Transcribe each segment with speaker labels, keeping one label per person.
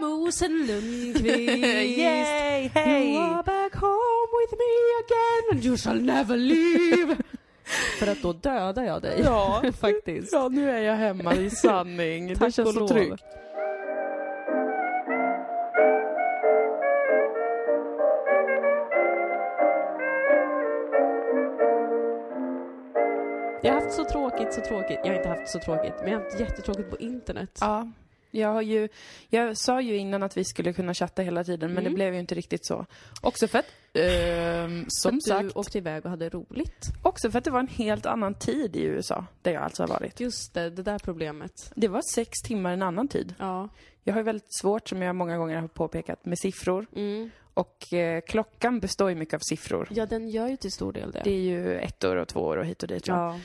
Speaker 1: Rosen Lundqvist.
Speaker 2: Yay, hej!
Speaker 1: You are back home with me again and you shall never leave. För att då dödar jag dig.
Speaker 2: Ja,
Speaker 1: faktiskt.
Speaker 2: Ja, nu är jag hemma i sanning. det
Speaker 1: Tack
Speaker 2: känns
Speaker 1: och
Speaker 2: så
Speaker 1: lov.
Speaker 2: tryggt.
Speaker 1: Jag har haft så tråkigt, så tråkigt. Jag har inte haft så tråkigt, men jag har haft jättetråkigt på internet.
Speaker 2: Ja, jag, har ju, jag sa ju innan att vi skulle kunna chatta hela tiden, men
Speaker 1: Mm.
Speaker 2: det blev ju inte riktigt så. Också för att, ehm,
Speaker 1: För
Speaker 2: som
Speaker 1: att
Speaker 2: sagt,
Speaker 1: Du åkte iväg och hade roligt.
Speaker 2: också för att det var en helt annan tid i USA, där jag alltså har varit.
Speaker 1: Just det, det där problemet.
Speaker 2: Det var sex timmar en annan tid.
Speaker 1: Ja.
Speaker 2: Jag har ju väldigt svårt, som jag många gånger har påpekat, med siffror.
Speaker 1: Mm.
Speaker 2: Och eh, klockan består ju mycket av siffror.
Speaker 1: Ja, den gör ju till stor del det.
Speaker 2: Det är ju ettor och tvåor och hit och dit. Ja.
Speaker 1: ja.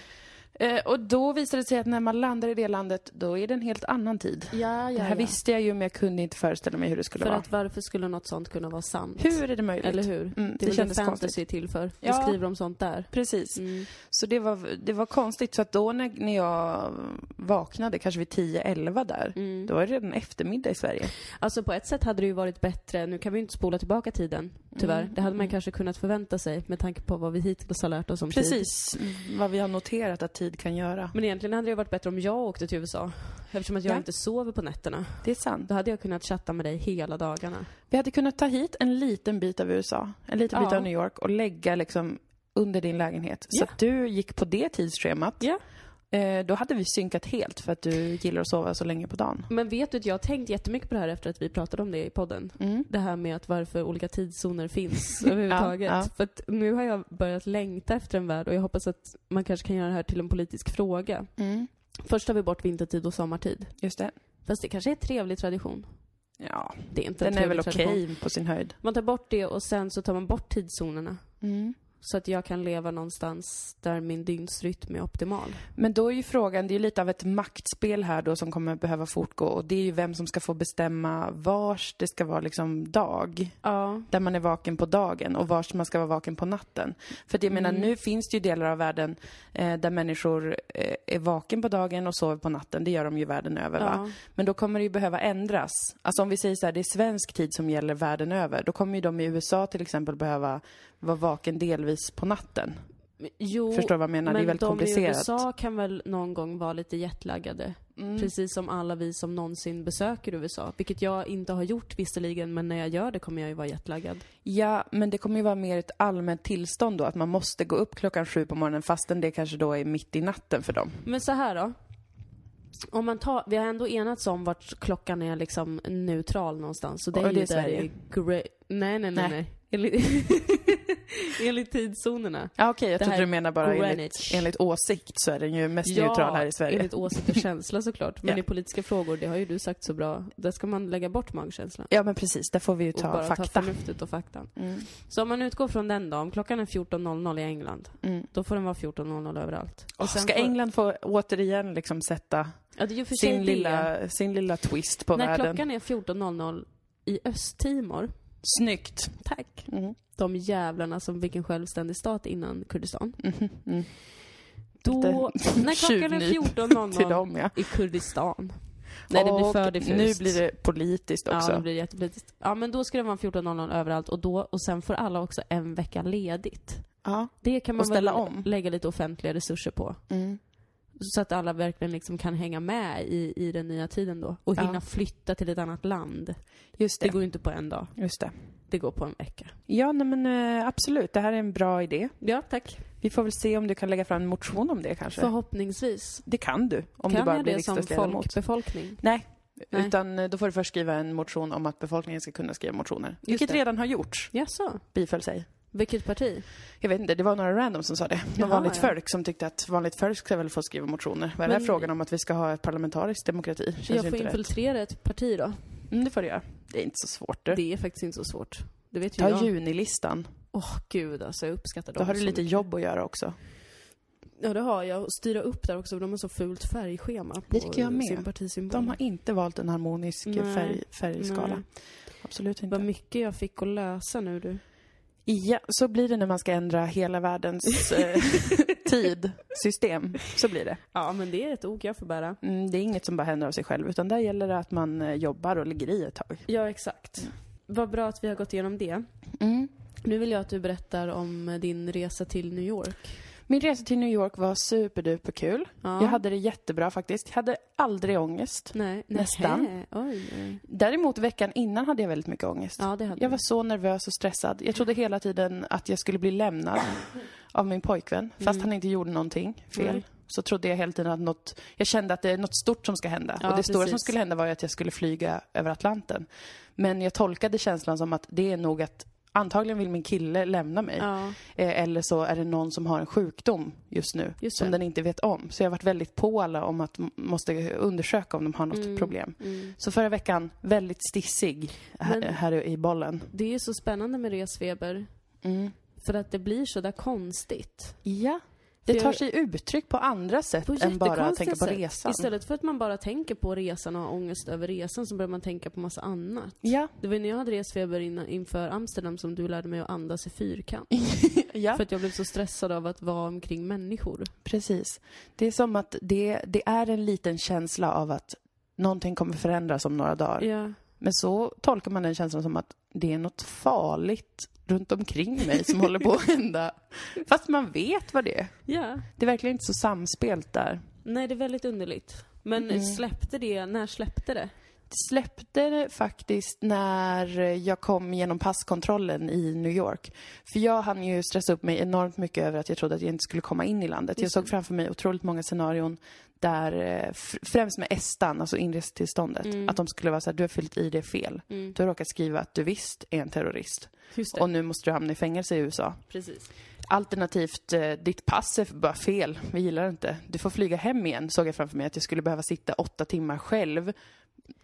Speaker 2: Eh, och då visade det sig att när man landar i det landet, då är det en helt annan tid.
Speaker 1: Ja, ja,
Speaker 2: det här
Speaker 1: ja.
Speaker 2: visste jag ju, men jag kunde inte föreställa mig hur det skulle
Speaker 1: För
Speaker 2: vara.
Speaker 1: att varför skulle något sånt kunna vara sant?
Speaker 2: Hur är det möjligt?
Speaker 1: Eller hur?
Speaker 2: Mm,
Speaker 1: det
Speaker 2: det
Speaker 1: är väl det
Speaker 2: kändes
Speaker 1: fantasy
Speaker 2: konstigt.
Speaker 1: är till för. Vi
Speaker 2: Ja.
Speaker 1: skriver om sånt där.
Speaker 2: Precis.
Speaker 1: Mm.
Speaker 2: Så det var, det var konstigt. Så att då när, när jag vaknade, kanske vid 10-11 där,
Speaker 1: Mm.
Speaker 2: då var det redan eftermiddag i Sverige.
Speaker 1: Alltså på ett sätt hade det ju varit bättre, nu kan vi ju inte spola tillbaka tiden, tyvärr.
Speaker 2: Mm,
Speaker 1: Det hade man
Speaker 2: mm.
Speaker 1: kanske kunnat förvänta sig med tanke på vad vi hittills har lärt oss om tid.
Speaker 2: Precis Mm, vad vi har noterat att tid kan göra.
Speaker 1: Men egentligen hade det ju varit bättre om jag åkte till USA. Eftersom att jag
Speaker 2: Ja.
Speaker 1: inte sover på nätterna.
Speaker 2: Det är sant.
Speaker 1: Då hade jag kunnat chatta med dig hela dagarna.
Speaker 2: Vi hade kunnat ta hit en liten bit av USA, en liten bit
Speaker 1: Ja.
Speaker 2: av New York och lägga liksom under din lägenhet. Så
Speaker 1: Ja.
Speaker 2: att du gick på det tidsschemat.
Speaker 1: Ja.
Speaker 2: Eh, då hade vi synkat helt för att du gillar att sova så länge på dagen.
Speaker 1: Men vet du att jag har tänkt jättemycket på det här efter att vi pratade om det i podden.
Speaker 2: Mm,
Speaker 1: Det här med att varför olika tidszoner finns överhuvudtaget.
Speaker 2: Ja, ja.
Speaker 1: För att nu har jag börjat längta efter en värld och jag hoppas att man kanske kan göra det här till en politisk fråga.
Speaker 2: mm.
Speaker 1: Först tar vi bort vintertid och sommartid.
Speaker 2: Just det.
Speaker 1: Fast det kanske är en trevlig tradition.
Speaker 2: Ja,
Speaker 1: Det är inte en
Speaker 2: den är
Speaker 1: trevlig
Speaker 2: väl okej
Speaker 1: tradition.
Speaker 2: på sin höjd.
Speaker 1: Man tar bort det och sen så tar man bort tidszonerna.
Speaker 2: Mm.
Speaker 1: Så att jag kan leva någonstans där min dygnsrytm är optimal.
Speaker 2: Men då är ju frågan, det är ju lite av ett maktspel här då som kommer behöva fortgå och det är ju vem som ska få bestämma vars det ska vara liksom dag.
Speaker 1: Ja.
Speaker 2: där man är vaken på dagen och vars man ska vara vaken på natten. För att jag menar,
Speaker 1: Mm.
Speaker 2: nu finns det ju delar av världen eh, där människor eh, är vaken på dagen och sover på natten. Det gör de ju världen över. Va?
Speaker 1: ja.
Speaker 2: Men då kommer det ju behöva ändras. Alltså om vi säger så här, det är svensk tid som gäller världen över. Då kommer ju de i USA till exempel behöva vara vaken delvis på natten.
Speaker 1: Jo,
Speaker 2: Förstår du vad jag menar? Det är
Speaker 1: men
Speaker 2: väldigt
Speaker 1: de i
Speaker 2: komplicerat.
Speaker 1: USA kan väl någon gång vara lite jetlaggade.
Speaker 2: Mm.
Speaker 1: Precis som alla vi som någonsin besöker USA. Vilket jag inte har gjort visserligen, men när jag gör det kommer jag ju vara jetlaggad.
Speaker 2: Ja, men det kommer ju vara mer ett allmänt tillstånd då, att man måste gå upp klockan sju på morgonen fastän det kanske då är mitt i natten för dem.
Speaker 1: Men så här då. Om man tar, vi har ändå enats om vart klockan är liksom neutral någonstans. Så det
Speaker 2: Och
Speaker 1: är
Speaker 2: det
Speaker 1: ju
Speaker 2: är
Speaker 1: där
Speaker 2: Sverige.
Speaker 1: i gre- Nej, nej, nej.
Speaker 2: Nej.
Speaker 1: nej. Enligt, enligt tidszonerna.
Speaker 2: Ja, okej, jag
Speaker 1: Det
Speaker 2: trodde
Speaker 1: här
Speaker 2: du menar bara enligt,
Speaker 1: Greenwich.
Speaker 2: enligt åsikt så är den ju mest neutral här i Sverige.
Speaker 1: enligt åsikt och känsla såklart. Men
Speaker 2: Ja.
Speaker 1: i politiska frågor, det har ju du sagt så bra, där ska man lägga bort magkänslan.
Speaker 2: Ja, men precis. Där får vi ju
Speaker 1: Och
Speaker 2: ta
Speaker 1: bara
Speaker 2: fakta.
Speaker 1: ta förnuftet och faktan.
Speaker 2: Mm.
Speaker 1: Så om man utgår från den då, om klockan är 14.00 i England,
Speaker 2: Mm.
Speaker 1: då får den vara 14.00 överallt.
Speaker 2: Och
Speaker 1: sen
Speaker 2: ska
Speaker 1: får-
Speaker 2: England få återigen liksom sätta
Speaker 1: ja, det är ju för sig
Speaker 2: sin
Speaker 1: det.
Speaker 2: lilla, sin lilla twist på
Speaker 1: När
Speaker 2: världen?
Speaker 1: klockan är 14.00 i Östtimor,
Speaker 2: Snyggt!
Speaker 1: tack,
Speaker 2: Mm.
Speaker 1: de jävlarna som fick en självständig stat innan Kurdistan.
Speaker 2: Mhm. Mm.
Speaker 1: Då, när klockan är
Speaker 2: tjuvnyp Till
Speaker 1: 14.00
Speaker 2: dem, ja.
Speaker 1: i Kurdistan. Nej, det blir
Speaker 2: Och
Speaker 1: för diffust.
Speaker 2: Nu blir det politiskt också.
Speaker 1: Ja, det blir jättepolitiskt. Ja, men då ska det vara 14.00 överallt och, då, och sen får alla också en vecka ledigt.
Speaker 2: Ja.
Speaker 1: Det kan man
Speaker 2: Och ställa
Speaker 1: väl
Speaker 2: om.
Speaker 1: lägga lite offentliga resurser på.
Speaker 2: Mm.
Speaker 1: Så att alla verkligen liksom kan hänga med i, i den nya tiden då. Och
Speaker 2: Ja.
Speaker 1: hinna flytta till ett annat land.
Speaker 2: Just
Speaker 1: Det
Speaker 2: det.
Speaker 1: går ju inte på en dag.
Speaker 2: Just det.
Speaker 1: Det går på en vecka.
Speaker 2: Ja, nej, men eh, absolut. Det här är en bra idé.
Speaker 1: Ja, tack.
Speaker 2: Vi får väl se om du kan lägga fram en motion om det kanske.
Speaker 1: Förhoppningsvis.
Speaker 2: Det kan du, om
Speaker 1: kan
Speaker 2: du bara
Speaker 1: jag
Speaker 2: blir
Speaker 1: det som
Speaker 2: riksdagsledamot.
Speaker 1: folkbefolkning?
Speaker 2: Nej.
Speaker 1: Nej.
Speaker 2: Utan eh, då får du först skriva en motion om att befolkningen ska kunna skriva motioner. vilket
Speaker 1: det.
Speaker 2: redan har gjorts,
Speaker 1: Jaså?
Speaker 2: biföll sig.
Speaker 1: Vilket parti?
Speaker 2: Jag vet inte, det var några random som sa det. Någon
Speaker 1: Jaha,
Speaker 2: vanligt
Speaker 1: ja.
Speaker 2: folk som tyckte att vanligt folk ska väl få skriva motioner. Vad är det här
Speaker 1: Men-
Speaker 2: frågan om att vi ska ha ett parlamentarisk demokrati? Känns ju
Speaker 1: jag får
Speaker 2: inte rätt.
Speaker 1: infiltrera ett parti då.
Speaker 2: Mm, det får du göra. Det är inte så svårt du.
Speaker 1: Det är faktiskt inte så svårt. Det vet ju
Speaker 2: Ta
Speaker 1: jag.
Speaker 2: junilistan.
Speaker 1: Åh gud alltså, jag uppskattar dem
Speaker 2: Då har du
Speaker 1: så
Speaker 2: lite
Speaker 1: mycket.
Speaker 2: jobb att göra också.
Speaker 1: Ja det har jag. Och styra upp där också för de har så fult färgschema på
Speaker 2: Det tycker jag med.
Speaker 1: sin partisymbol.
Speaker 2: De har inte valt en harmonisk eh,
Speaker 1: Nej.
Speaker 2: färg, färgskala.
Speaker 1: Nej.
Speaker 2: Absolut
Speaker 1: Vad
Speaker 2: inte.
Speaker 1: mycket jag fick att läsa nu du.
Speaker 2: Ja, så blir det när man ska ändra hela världens eh, tidsystem. Så blir det.
Speaker 1: Ja, men det är ett ok jag får bära.
Speaker 2: Mm, det är inget som bara händer av sig själv, utan där gäller det att man eh, jobbar och ligger i ett tag.
Speaker 1: Ja, exakt.
Speaker 2: Mm.
Speaker 1: Vad bra att vi har gått igenom det. Nu vill jag att du berättar om din resa till New York.
Speaker 2: Min resa till New York var superduperkul.
Speaker 1: Ja.
Speaker 2: Jag hade det jättebra faktiskt. Jag hade aldrig ångest.
Speaker 1: Nej,
Speaker 2: Nästan.
Speaker 1: nähä, Oj, oj.
Speaker 2: Däremot veckan innan hade jag väldigt mycket ångest.
Speaker 1: Ja, det hade
Speaker 2: Jag var så nervös och stressad. Jag trodde hela tiden att jag skulle bli lämnad av min pojkvän. Fast
Speaker 1: Mm.
Speaker 2: han inte gjorde någonting fel.
Speaker 1: Nej.
Speaker 2: Så trodde jag hela tiden att något... Jag kände att det är något stort som ska hända.
Speaker 1: Ja,
Speaker 2: och det stora som
Speaker 1: precis.
Speaker 2: skulle hända var ju att jag skulle flyga över Atlanten. Men jag tolkade känslan som att det är nog att antagligen vill min kille lämna mig.
Speaker 1: Ja,
Speaker 2: Eh, Eller så är det någon som har en sjukdom just nu
Speaker 1: Just
Speaker 2: som
Speaker 1: det.
Speaker 2: den inte vet om. Så jag har varit väldigt på alla om att m- måste undersöka om de har något
Speaker 1: Mm.
Speaker 2: problem.
Speaker 1: mm.
Speaker 2: Så förra veckan, väldigt stissig här,
Speaker 1: Men-
Speaker 2: här i bollen.
Speaker 1: Det är så spännande med resfeber.
Speaker 2: Mm.
Speaker 1: För att det blir så där konstigt.
Speaker 2: Ja. Det
Speaker 1: För
Speaker 2: tar
Speaker 1: jag-
Speaker 2: sig uttryck på andra sätt
Speaker 1: På
Speaker 2: än bara att
Speaker 1: jättekonstiga
Speaker 2: tänka på
Speaker 1: sätt.
Speaker 2: resan.
Speaker 1: Istället för att man bara tänker på resan och har ångest över resan så börjar man tänka på massa annat.
Speaker 2: Ja.
Speaker 1: Det var när jag hade resfeber innan, inför Amsterdam som du lärde mig att andas i fyrkant.
Speaker 2: ja,
Speaker 1: För att jag blev så stressad av att vara omkring människor.
Speaker 2: precis. Det är som att det, det är en liten känsla av att någonting kommer förändras om några dagar.
Speaker 1: Ja.
Speaker 2: Men så tolkar man den känslan som att det är något farligt runt omkring mig som håller på att hända. Fast man vet vad det är.
Speaker 1: ja.
Speaker 2: Det är verkligen inte så samspelt där.
Speaker 1: Nej, det är väldigt underligt. Men
Speaker 2: Mm.
Speaker 1: släppte det, när släppte det?
Speaker 2: Det släppte det faktiskt när jag kom genom passkontrollen i New York. För jag hann ju stressa upp mig enormt mycket över att jag trodde att jag inte skulle komma in i landet. Jag
Speaker 1: Just
Speaker 2: såg
Speaker 1: det.
Speaker 2: framför mig otroligt många scenarion där, eh, fr- främst med estan, alltså inresetillståndet,
Speaker 1: Mm.
Speaker 2: att de skulle vara så här, du har fyllt i det fel.
Speaker 1: Mm.
Speaker 2: Du har råkat skriva att du visst är en terrorist
Speaker 1: Just det,
Speaker 2: och nu måste du hamna i fängelse i USA.
Speaker 1: precis.
Speaker 2: Alternativt, eh, ditt pass är bara fel. Vi gillar det inte. Du får flyga hem igen, såg jag framför mig. Att jag skulle behöva sitta åtta timmar själv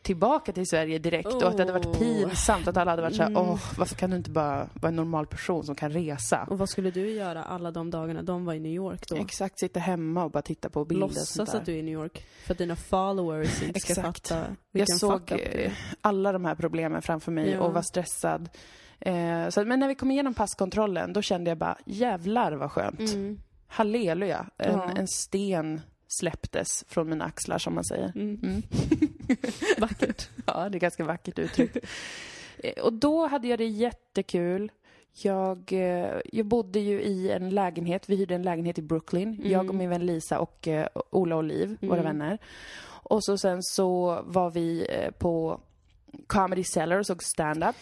Speaker 2: tillbaka till Sverige direkt och att det hade varit
Speaker 1: Oh.
Speaker 2: pinsamt att alla hade varit så här,
Speaker 1: Mm.
Speaker 2: åh, varför kan du inte bara vara en normal person som kan resa?
Speaker 1: Och vad skulle du göra alla de dagarna de var i New York då?
Speaker 2: Exakt, sitta hemma och bara titta på bilder och sånt
Speaker 1: Låtsas
Speaker 2: där.
Speaker 1: att du är i New York för att dina followers inte ska
Speaker 2: Exakt.
Speaker 1: fatta
Speaker 2: Jag
Speaker 1: vilken
Speaker 2: såg, eh,
Speaker 1: fuck up det är.
Speaker 2: alla de här problemen framför mig
Speaker 1: Ja.
Speaker 2: och var stressad. Eh, så, att- men när vi kom igenom passkontrollen, då kände jag bara, jävlar vad skönt.
Speaker 1: Mm.
Speaker 2: Halleluja, en,
Speaker 1: Ja.
Speaker 2: en sten släpptes från mina axlar som man säger.
Speaker 1: Mm.
Speaker 2: Mm.
Speaker 1: Vackert.
Speaker 2: Ja, det är ganska vackert uttryckt. Eh, Och då hade jag det jättekul. Jag, eh, jag bodde ju i en lägenhet, vi hyrde en lägenhet i Brooklyn.
Speaker 1: Mm.
Speaker 2: Jag och min vän Lisa och eh, Ola och Liv, våra
Speaker 1: Mm.
Speaker 2: vänner. Och så sen så var vi eh, på Comedy Cellar och såg stand-up.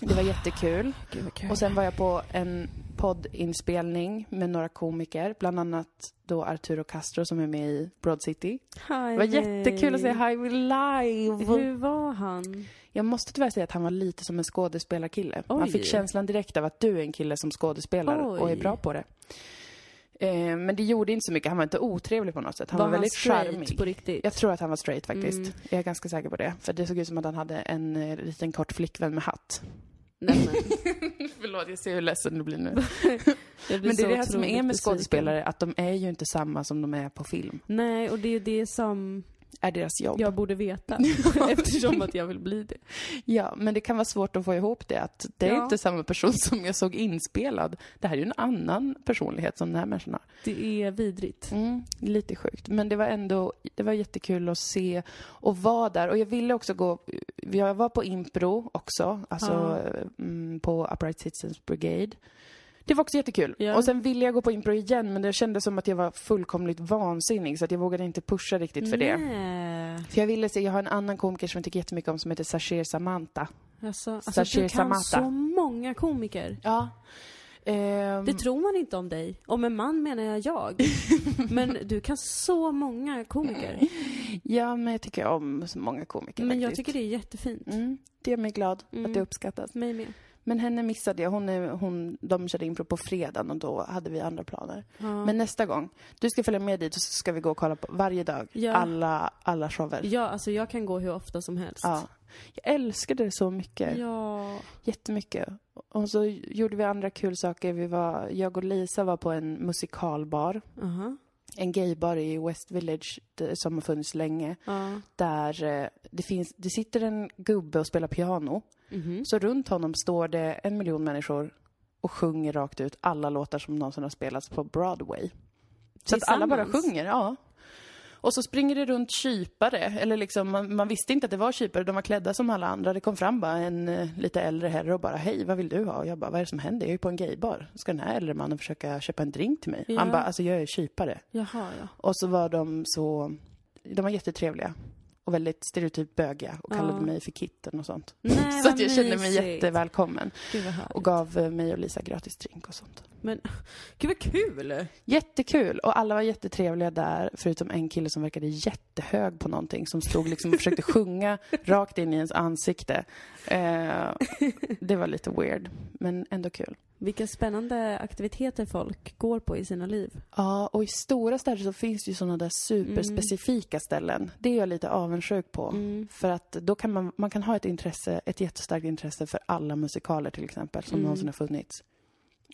Speaker 2: Det var jättekul.
Speaker 1: Gud vad kul.
Speaker 2: Och sen var jag på en poddinspelning med några komiker, bland annat då Arturo Castro som är med i Broad City. Det var jättekul att se Highway live.
Speaker 1: Hur var han?
Speaker 2: Jag måste tyvärr säga att han var lite som en skådespelarkille. Man
Speaker 1: Oj.
Speaker 2: fick känslan direkt av att du är en kille som skådespelar och är
Speaker 1: Oj.
Speaker 2: bra på det. Eh, men det gjorde inte så mycket. Han var inte otrevlig på något sätt. Han var, väldigt
Speaker 1: straight
Speaker 2: charmig.
Speaker 1: på riktigt?
Speaker 2: Jag tror att han var straight faktiskt.
Speaker 1: Mm.
Speaker 2: Jag är ganska säker på det. För det såg ut som att han hade en eh, liten kort flickvän med hatt.
Speaker 1: Nej, men,
Speaker 2: Förlåt, jag ser hur ledsen du blir nu.
Speaker 1: jag blir
Speaker 2: Men det är
Speaker 1: så
Speaker 2: det här som
Speaker 1: otroligt
Speaker 2: är med
Speaker 1: besviken.
Speaker 2: skådespelare, att de är ju inte samma som de är på film.
Speaker 1: Nej, och det är det som
Speaker 2: Är deras jobb.
Speaker 1: jag borde veta. eftersom att jag vill bli det.
Speaker 2: Ja, men det kan vara svårt att få ihop det. Att det är
Speaker 1: Ja.
Speaker 2: inte samma person som jag såg inspelad. Det här är ju en annan personlighet som den här människan har.
Speaker 1: Det är vidrigt.
Speaker 2: Mm, lite sjukt. Men det var ändå det var jättekul att se och vara där. Och jag ville också gå... Jag var på Impro också, alltså mm, på Upright Citizens Brigade. Det var också jättekul.
Speaker 1: Ja.
Speaker 2: Och sen ville jag gå på Impro igen, men det kändes som att jag var fullkomligt vansinnig så att jag vågade inte pusha riktigt för det.
Speaker 1: Nej.
Speaker 2: För jag ville se, jag har en annan komiker som jag tycker jättemycket om som heter Sashir Samanta.
Speaker 1: Alltså, alltså
Speaker 2: Sashir
Speaker 1: du kan
Speaker 2: Samata.
Speaker 1: så många komiker.
Speaker 2: Ja. Ehm,
Speaker 1: Det tror man inte om dig. Om en man menar jag jag. Men du kan så många komiker.
Speaker 2: ja, men jag tycker om så många komiker
Speaker 1: Men jag
Speaker 2: Mm, faktiskt.
Speaker 1: tycker det är jättefint.
Speaker 2: Mm, det gör mig glad att
Speaker 1: Mm.
Speaker 2: det uppskattas.
Speaker 1: Mig med.
Speaker 2: Men henne missade jag. Hon är, hon, de körde in på fredagen och då hade vi andra planer.
Speaker 1: Ja.
Speaker 2: Men eh, nästa gång, du ska följa med dit och så ska vi gå och kolla på varje dag.
Speaker 1: Ja.
Speaker 2: Alla, alla shower.
Speaker 1: ja, alltså jag kan gå hur ofta som helst.
Speaker 2: Ja. Jag älskade det så mycket.
Speaker 1: Ja.
Speaker 2: Jättemycket. Och så gjorde vi andra kul saker. Vi var, jag och Lisa var på en musikalbar.
Speaker 1: Aha.
Speaker 2: En gaybar i West Village det- som har funnits länge.
Speaker 1: Ja.
Speaker 2: Där eh, det, finns, det sitter en gubbe och spelar piano.
Speaker 1: Mhm.
Speaker 2: Så runt honom står det en miljon människor och sjunger rakt ut alla låtar som någonsin har spelats på Broadway. Så att alla bara
Speaker 1: Tillsammans?
Speaker 2: sjunger, ja. Och så springer det runt kypare, eller liksom, man, man visste inte att det var kypare, de var klädda som alla andra. Det kom fram bara en eh, lite äldre herre och bara hej, vad vill du ha? Och jag bara, vad är det som händer? Jag är ju på en gaybar. Ska den här äldre mannen försöka köpa en drink till mig?
Speaker 1: Ja.
Speaker 2: Han bara, alltså jag är kypare.
Speaker 1: Jaha, ja.
Speaker 2: Och så var de så, de var jättetrevliga och väldigt stereotypt bögiga och kallade
Speaker 1: Ja.
Speaker 2: mig för kitten och sånt.
Speaker 1: Nej,
Speaker 2: så att
Speaker 1: vad
Speaker 2: jag kände mig
Speaker 1: mysigt.
Speaker 2: jättevälkommen
Speaker 1: Gud vad härligt.
Speaker 2: och gav eh, mig och Lisa gratis drink och sånt.
Speaker 1: Men gud vad kul!
Speaker 2: Jättekul! Och alla var jättetrevliga där, förutom en kille som verkade jättehög på någonting, som stod liksom och försökte sjunga rakt in i ens ansikte. Eh, det var lite weird, men ändå kul.
Speaker 1: Vilka spännande aktiviteter folk går på i sina liv.
Speaker 2: Ja, och i stora städer så finns det ju sådana där superspecifika ställen. Det är jag lite avundsjuk på.
Speaker 1: Mm.
Speaker 2: För att då kan man, man kan ha ett intresse, ett jättestarkt intresse för alla musikaler till exempel, som
Speaker 1: Mm.
Speaker 2: någonsin har funnits.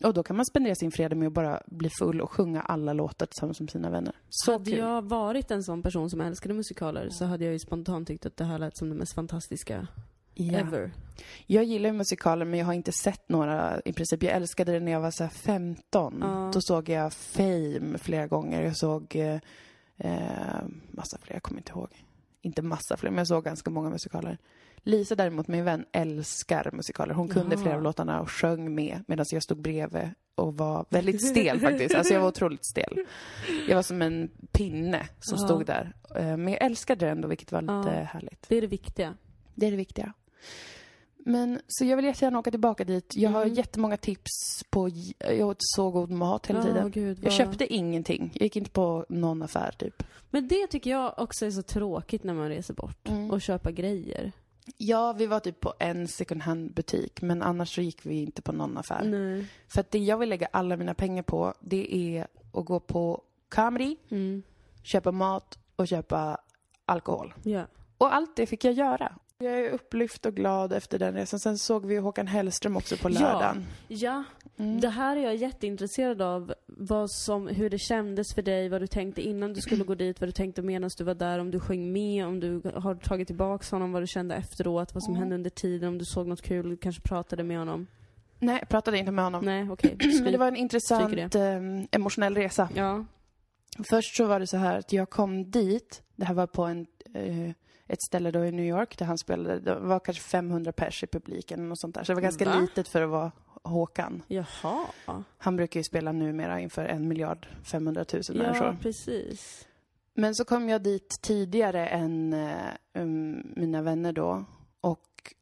Speaker 2: Och då kan man spendera sin fredag med att bara bli full och sjunga alla låtar tillsammans med sina vänner. Så
Speaker 1: hade
Speaker 2: kul.
Speaker 1: jag varit en sån person som älskade musikaler så hade jag ju spontant tyckt att det här lät som det mest fantastiska
Speaker 2: Ja.
Speaker 1: ever.
Speaker 2: Jag gillar ju musikaler men jag har inte sett några i princip. Jag älskade det när jag var så här 15.
Speaker 1: Ja.
Speaker 2: Då såg jag Fame flera gånger. Jag såg eh, eh, massa fler, jag kommer inte ihåg. Inte massa fler, men jag såg ganska många musikaler. Lisa däremot, min vän, älskar musikaler. Hon kunde
Speaker 1: Jaha.
Speaker 2: flera av låtarna och sjöng med medan jag stod bredvid och var väldigt stel faktiskt. Alltså jag var otroligt stel. Jag var som en pinne som
Speaker 1: Ja.
Speaker 2: stod där. Eh, Men jag älskade det ändå, vilket var lite
Speaker 1: Ja.
Speaker 2: härligt.
Speaker 1: Det är det viktiga.
Speaker 2: Det är det viktiga. Men, så jag vill jättegärna åka tillbaka dit. Jag har
Speaker 1: Mm.
Speaker 2: jättemånga tips på... Jag åt så god mat hela
Speaker 1: Åh,
Speaker 2: tiden.
Speaker 1: gud,
Speaker 2: Jag
Speaker 1: vad-
Speaker 2: köpte ingenting. Jag gick inte på någon affär, typ.
Speaker 1: Men det tycker jag också är så tråkigt när man reser bort. Och köpa grejer.
Speaker 2: Ja, vi var typ på en second hand-butik, men annars så gick vi inte på någon affär.
Speaker 1: Nej.
Speaker 2: För att det jag vill lägga alla mina pengar på, det är att gå på Camry,
Speaker 1: Mm.
Speaker 2: köpa mat och köpa alkohol.
Speaker 1: Ja.
Speaker 2: Och allt det fick jag göra. Jag är upplyft och glad efter den resan. Sen såg vi ju Håkan Hellström också på
Speaker 1: Ja.
Speaker 2: lördagen.
Speaker 1: Ja,
Speaker 2: Mm.
Speaker 1: det här är jag jätteintresserad av. Vad som, hur det kändes för dig, vad du tänkte innan du skulle gå dit, vad du tänkte medan du var där, om du sjöng med, om du har tagit tillbaks honom, vad du kände efteråt, vad som
Speaker 2: Mm.
Speaker 1: hände under tiden, om du såg något kul, kanske pratade med honom.
Speaker 2: Nej, jag pratade inte med honom.
Speaker 1: Nej, okej.
Speaker 2: Men det var en
Speaker 1: Tycker
Speaker 2: intressant eh, emotionell resa.
Speaker 1: Ja.
Speaker 2: Först så var det så här att jag kom dit, det här var på en, eh, ett ställe då i New York där han spelade, det var kanske 500 pers i publiken och sånt där. Så det var ganska
Speaker 1: Va?
Speaker 2: litet för att vara Håkan.
Speaker 1: Jaha.
Speaker 2: Han brukar ju spela numera inför en miljard 500 000 människor.
Speaker 1: Ja, precis.
Speaker 2: Men så kom jag dit tidigare än eh, um, mina vänner då och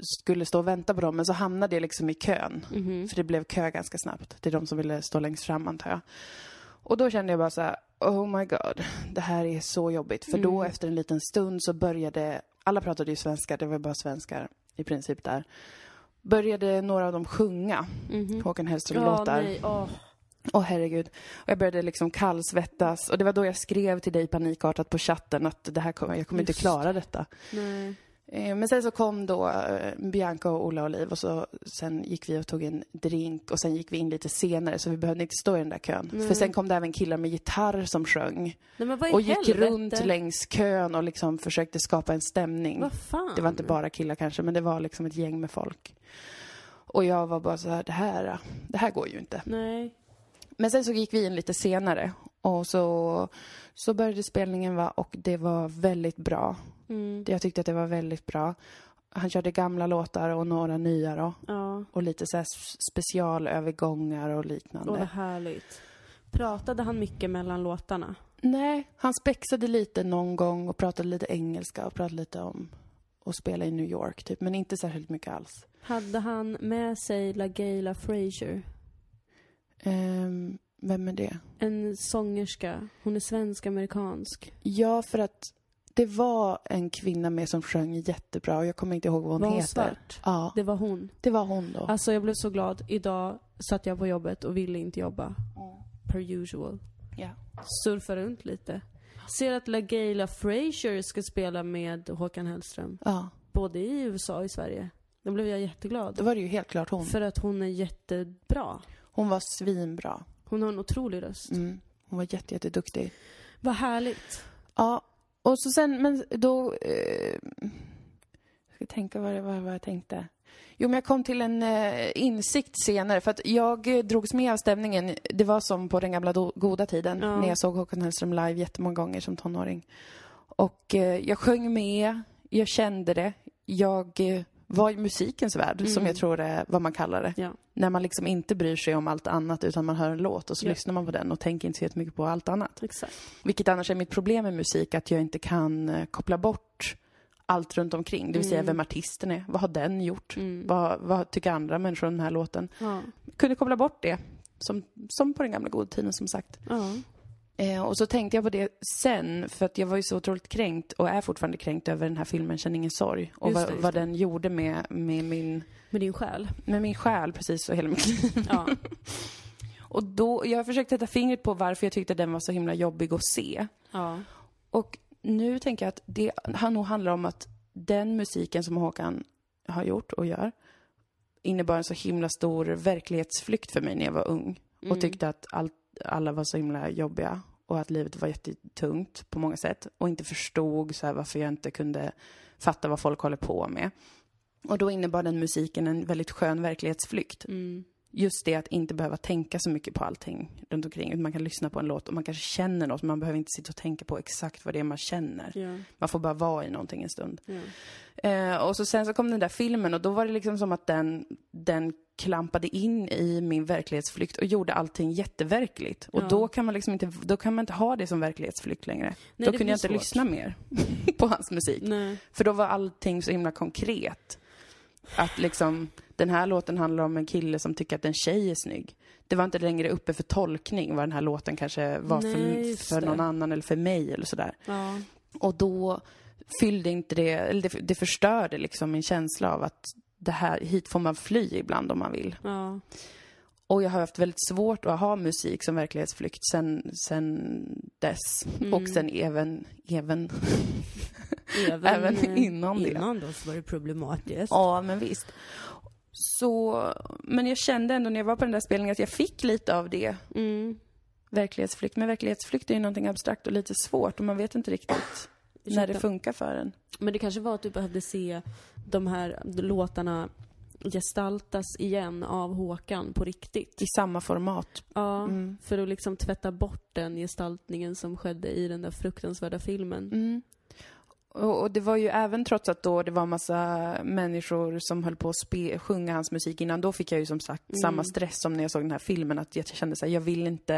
Speaker 2: skulle stå och vänta på dem, men så hamnade jag liksom i kön.
Speaker 1: Mhm.
Speaker 2: För det blev kö ganska snabbt. Det är de som ville stå längst fram antar jag. Och då kände jag bara så här, oh my god, det här är så jobbigt. För då
Speaker 1: Mm.
Speaker 2: efter en liten stund så började, alla pratade ju svenska, det var bara svenskar i princip där. Började några av dem sjunga
Speaker 1: Mhm.
Speaker 2: Håkan
Speaker 1: Ja,
Speaker 2: Hellström-låtar.
Speaker 1: nej. Åh.
Speaker 2: Åh herregud. Och jag började liksom kallsvettas. Och det var då jag skrev till dig panikartat på chatten att det här kommer, jag kommer inte
Speaker 1: Just
Speaker 2: klara detta.
Speaker 1: Nej.
Speaker 2: Eh, Men sen så kom då eh, Bianca och Ola och Liv och så sen gick vi och tog en drink och sen gick vi in lite senare så vi behövde inte stå i den där kön.
Speaker 1: Nej.
Speaker 2: För sen kom det även killar med gitarr som sjöng
Speaker 1: nej, men vad i
Speaker 2: och gick
Speaker 1: helvete?
Speaker 2: runt längs kön och liksom försökte skapa en stämning.
Speaker 1: Vad fan?
Speaker 2: Det var inte bara killar kanske, men det var liksom ett gäng med folk. Och jag var bara så här, det här, eh, det här går ju inte.
Speaker 1: Nej.
Speaker 2: Men sen så gick vi in lite senare och så, så började spelningen va och det var väldigt bra.
Speaker 1: Mm.
Speaker 2: Jag tyckte att det var väldigt bra. Han körde gamla låtar och några nya då.
Speaker 1: Ja.
Speaker 2: Och lite så här s- specialövergångar och liknande.
Speaker 1: Åh, vad härligt. Pratade han mycket mellan låtarna?
Speaker 2: Nej, han spexade lite någon gång och pratade lite engelska och pratade lite om att spela i New York typ. Men inte särskilt mycket alls.
Speaker 1: Hade han med sig LaGayla Frazier?
Speaker 2: Ehm, vem är det?
Speaker 1: En sångerska. Hon är svensk-amerikansk.
Speaker 2: Ja, för att det var en kvinna med som sjöng jättebra och jag kommer inte ihåg vad hon
Speaker 1: Var hon
Speaker 2: heter.
Speaker 1: svart?
Speaker 2: Ja,
Speaker 1: Det var hon.
Speaker 2: det var hon då.
Speaker 1: Alltså jag blev så glad. Idag satt jag på jobbet och ville inte jobba. Per usual.
Speaker 2: Ja.
Speaker 1: Surfa runt lite. Ser att LaGayla Frazier ska spela med Håkan Hellström.
Speaker 2: Ja,
Speaker 1: Både i USA och i Sverige. Då blev jag jätteglad.
Speaker 2: då var det ju helt klart hon.
Speaker 1: För att hon är jättebra.
Speaker 2: Hon var svinbra.
Speaker 1: Hon har en otrolig röst.
Speaker 2: Mm. Hon var jätte, jätteduktig.
Speaker 1: Vad härligt.
Speaker 2: Ja, och så sen, men då... Eh, jag ska tänka vad det var vad jag tänkte. Jo, men jag kom till en eh, insikt senare. För att jag eh, drogs med av stämningen. Det var som på den gamla do- goda tiden
Speaker 1: Ja.
Speaker 2: när jag såg Håkan Hellström live jättemånga gånger som tonåring. Och eh, jag sjöng med, jag kände det. Jag eh, var i musikens värld, som jag tror är vad man kallar det.
Speaker 1: Mm. Ja.
Speaker 2: När man liksom inte bryr sig om allt annat utan man hör en låt och så
Speaker 1: Ja.
Speaker 2: lyssnar man på den och tänker inte så jättemycket på allt annat.
Speaker 1: Exakt.
Speaker 2: Vilket annars är mitt problem med musik, att jag inte kan eh, koppla bort allt runt omkring. Det vill säga
Speaker 1: Mm.
Speaker 2: vem artisten är, vad har den gjort?
Speaker 1: Mm.
Speaker 2: Vad, vad tycker andra människor om den här låten?
Speaker 1: Ja.
Speaker 2: Kunde koppla bort det, som, som på den gamla goda tiden som sagt.
Speaker 1: Ja.
Speaker 2: Eh, och så tänkte jag på det sen, för att jag var ju så otroligt kränkt och är fortfarande kränkt över den här filmen Känn ingen sorg. Och
Speaker 1: Just
Speaker 2: vad,
Speaker 1: det, just
Speaker 2: vad
Speaker 1: det.
Speaker 2: den gjorde med, med, min,
Speaker 1: Med din själ.
Speaker 2: med min själ precis och hela mitt liv.
Speaker 1: Ja.
Speaker 2: Och då, jag har försökt sätta fingret på varför jag tyckte den var så himla jobbig att se.
Speaker 1: ja.
Speaker 2: Och nu tänker jag att det han nog handlar om att den musiken som Håkan har gjort och gör innebar en så himla stor verklighetsflykt för mig när jag var ung.
Speaker 1: Mm.
Speaker 2: Och tyckte att allt, alla var så himla jobbiga och att livet var jättetungt på många sätt. Och inte förstod så här varför jag inte kunde fatta vad folk håller på med. Och då innebar den musiken en väldigt skön verklighetsflykt.
Speaker 1: Mm.
Speaker 2: Just det att inte behöva tänka så mycket på allting runt omkring. Utan Man kan lyssna på en låt och man kanske känner något, men man behöver inte sitta och tänka på exakt vad det är man känner.
Speaker 1: Ja.
Speaker 2: Man får bara vara i någonting en stund.
Speaker 1: Ja.
Speaker 2: Eh, och så sen så kom den där filmen och då var det liksom som att den, den klampade in i min verklighetsflykt och gjorde allting jätteverkligt. Och
Speaker 1: Ja.
Speaker 2: då, kan man liksom inte, då kan man inte ha det som verklighetsflykt längre.
Speaker 1: Nej,
Speaker 2: då
Speaker 1: det
Speaker 2: kunde jag inte
Speaker 1: blir svårt.
Speaker 2: lyssna mer på hans musik.
Speaker 1: Nej.
Speaker 2: För då var allting så himla konkret. Att liksom, den här låten handlar om en kille som tycker att en tjej är snygg. Det var inte längre uppe för tolkning vad den här låten kanske var
Speaker 1: Nej,
Speaker 2: för,
Speaker 1: just
Speaker 2: för
Speaker 1: det.
Speaker 2: någon annan eller för mig eller sådär.
Speaker 1: Ja.
Speaker 2: Och då fyllde inte det, eller det, det förstörde liksom min känsla av att det här, hit får man fly ibland om man vill.
Speaker 1: Ja.
Speaker 2: Och jag har haft väldigt svårt att ha musik som verklighetsflykt sen, sen dess.
Speaker 1: Mm.
Speaker 2: Och sen även, även,
Speaker 1: Även,
Speaker 2: även
Speaker 1: eh,
Speaker 2: innan det.
Speaker 1: innan då så var det problematiskt.
Speaker 2: Ja, men visst. Så, men jag kände ändå när jag var på den där spelningen att jag fick lite av det.
Speaker 1: Mm.
Speaker 2: Verklighetsflykt. Men verklighetsflykt är ju någonting abstrakt och lite svårt och man vet inte riktigt när det
Speaker 1: Ursäkta.
Speaker 2: funkar för en.
Speaker 1: Men det kanske var att du behövde se de här låtarna gestaltas igen av Håkan på riktigt.
Speaker 2: I samma format. Mm.
Speaker 1: Ja, för att liksom tvätta bort den gestaltningen som skedde i den där fruktansvärda filmen.
Speaker 2: Mm. Och, och det var ju även trots att då det var massa människor som höll på att spe, sjunga hans musik innan, då fick jag ju som sagt
Speaker 1: Mm.
Speaker 2: samma stress som när jag såg den här filmen, att jag kände så här, jag vill inte